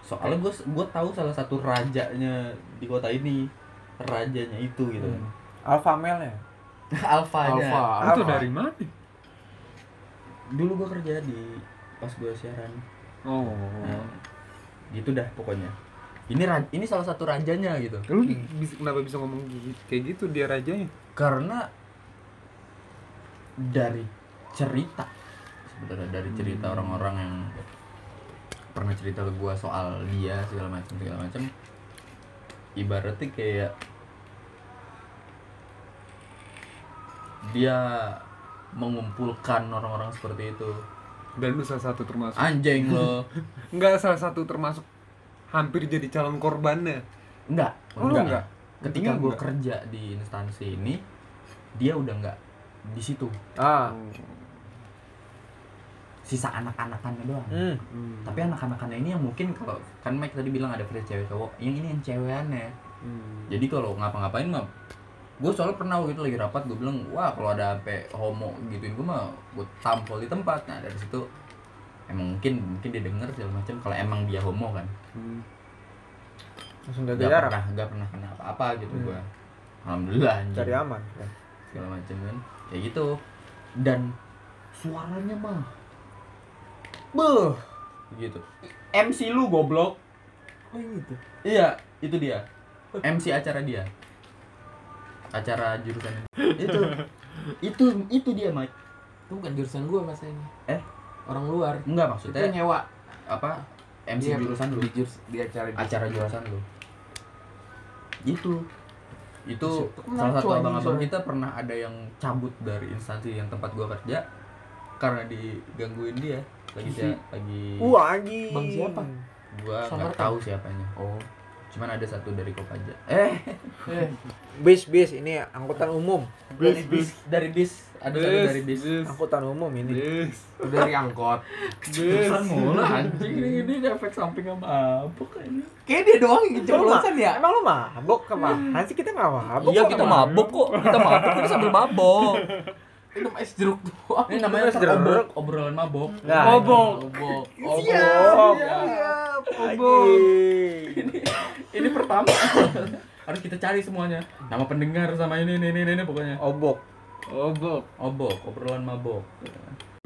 [SPEAKER 1] Soalnya gue gue tahu salah satu rajanya di kota ini rajanya itu gitu. kan.
[SPEAKER 4] Alpha male-nya.
[SPEAKER 1] Hmm. Alfanya.
[SPEAKER 5] Alpha
[SPEAKER 2] Itu dari mana?
[SPEAKER 1] Dulu gue kerja di pas gue siaran.
[SPEAKER 2] Oh.
[SPEAKER 1] Nah, gitu dah pokoknya. Ini ra- ini salah satu rajanya gitu.
[SPEAKER 2] Lu di- bis- kenapa bisa ngomong gi- kayak gitu dia rajanya?
[SPEAKER 1] karena dari cerita sebenarnya dari
[SPEAKER 2] Hmm.
[SPEAKER 1] cerita orang-orang yang pernah cerita ke gua soal dia segala macam segala macam ibaratnya kayak dia mengumpulkan orang-orang seperti itu
[SPEAKER 2] Dan lu salah satu termasuk.
[SPEAKER 1] anjing lo
[SPEAKER 2] Enggak salah satu termasuk hampir jadi calon korbannya.
[SPEAKER 1] enggak
[SPEAKER 2] Oh, lu enggak?
[SPEAKER 1] ketika
[SPEAKER 2] Untungnya
[SPEAKER 1] gua
[SPEAKER 2] enggak.
[SPEAKER 1] kerja di instansi ini dia udah enggak di situ
[SPEAKER 4] Ah.
[SPEAKER 1] sisa anak-anakannya doang
[SPEAKER 4] Hmm.
[SPEAKER 2] Hmm.
[SPEAKER 1] tapi anak-anakannya ini yang mungkin kalau kan Mike tadi bilang ada versi cewek cowok yang ini yang cewekannya
[SPEAKER 2] Hmm.
[SPEAKER 1] jadi kalau ngapa-ngapain mah gue soalnya pernah waktu itu lagi rapat gue bilang wah kalau ada sampai homo gituin gue mah gue tampol di tempat nah dari situ emang mungkin mungkin dia denger segala macam kalau emang dia homo kan
[SPEAKER 2] Hmm.
[SPEAKER 4] Langsung kan? jaga
[SPEAKER 1] gak
[SPEAKER 4] jarak.
[SPEAKER 1] pernah gak pernah kena apa-apa gitu
[SPEAKER 4] Hmm.
[SPEAKER 1] gua gue alhamdulillah anjing.
[SPEAKER 4] Cari aman.
[SPEAKER 5] Iya.
[SPEAKER 1] segala macam kan ya gitu dan suaranya mah beuh gitu MC lu goblok
[SPEAKER 5] oh gitu
[SPEAKER 1] Iya, itu dia. MC acara dia. Acara jurusan ini. itu. Itu itu dia, Mike.
[SPEAKER 5] itu bukan jurusan gue mas ini
[SPEAKER 1] Eh?
[SPEAKER 5] orang luar
[SPEAKER 1] Enggak
[SPEAKER 5] itu
[SPEAKER 1] maksudnya
[SPEAKER 5] nyewa
[SPEAKER 1] apa? MC
[SPEAKER 5] Dia
[SPEAKER 1] jurusan lu,
[SPEAKER 5] di jurus di acara di-
[SPEAKER 1] acara jurusan lu. Gitu. Itu
[SPEAKER 5] Situ
[SPEAKER 1] salah
[SPEAKER 5] ngaco
[SPEAKER 1] satu
[SPEAKER 5] anjing
[SPEAKER 1] abang-abang
[SPEAKER 5] soalnya.
[SPEAKER 1] kita pernah ada yang cabut dari instansi yang tempat gua kerja karena digangguin dia lagi dia lagi
[SPEAKER 4] Wah, anjing.
[SPEAKER 5] Bang siapa?
[SPEAKER 1] gua nggak
[SPEAKER 5] Samarkan.
[SPEAKER 1] tahu siapanya. Oh, cuman ada satu dari Kopaja. Eh,
[SPEAKER 5] eh,
[SPEAKER 4] Bis, bis. Ini angkutan umum.
[SPEAKER 1] dari bis, dari bis, ada satu dari bis.
[SPEAKER 4] Angkutan umum ini.
[SPEAKER 2] Yes.
[SPEAKER 5] dari angkot
[SPEAKER 1] Keceplosan mulu anjing ini ini efek samping sama apa kayaknya.
[SPEAKER 5] kayak dia doang yang keceplosan
[SPEAKER 4] Lu ma-
[SPEAKER 5] ya Iya.
[SPEAKER 4] Emang lu mabok kemana? sih kita nggak mabok.
[SPEAKER 1] Iya
[SPEAKER 4] kok,
[SPEAKER 1] kita
[SPEAKER 4] kemana?
[SPEAKER 1] mabok kok, kita mabok kita sambil mabok.
[SPEAKER 5] minum es jeruk doang
[SPEAKER 1] Ini namanya
[SPEAKER 4] Terus jeruk.
[SPEAKER 1] obrol, obrolan mabok.
[SPEAKER 4] Nah,
[SPEAKER 5] obok obok
[SPEAKER 4] Siap,
[SPEAKER 5] Iya.
[SPEAKER 4] siap, obok.
[SPEAKER 1] Ini pertama harus kita cari semuanya. Nama pendengar sama ini ini ini, ini pokoknya.
[SPEAKER 4] Obok.
[SPEAKER 2] Obok.
[SPEAKER 1] Obok, obrolan mabok.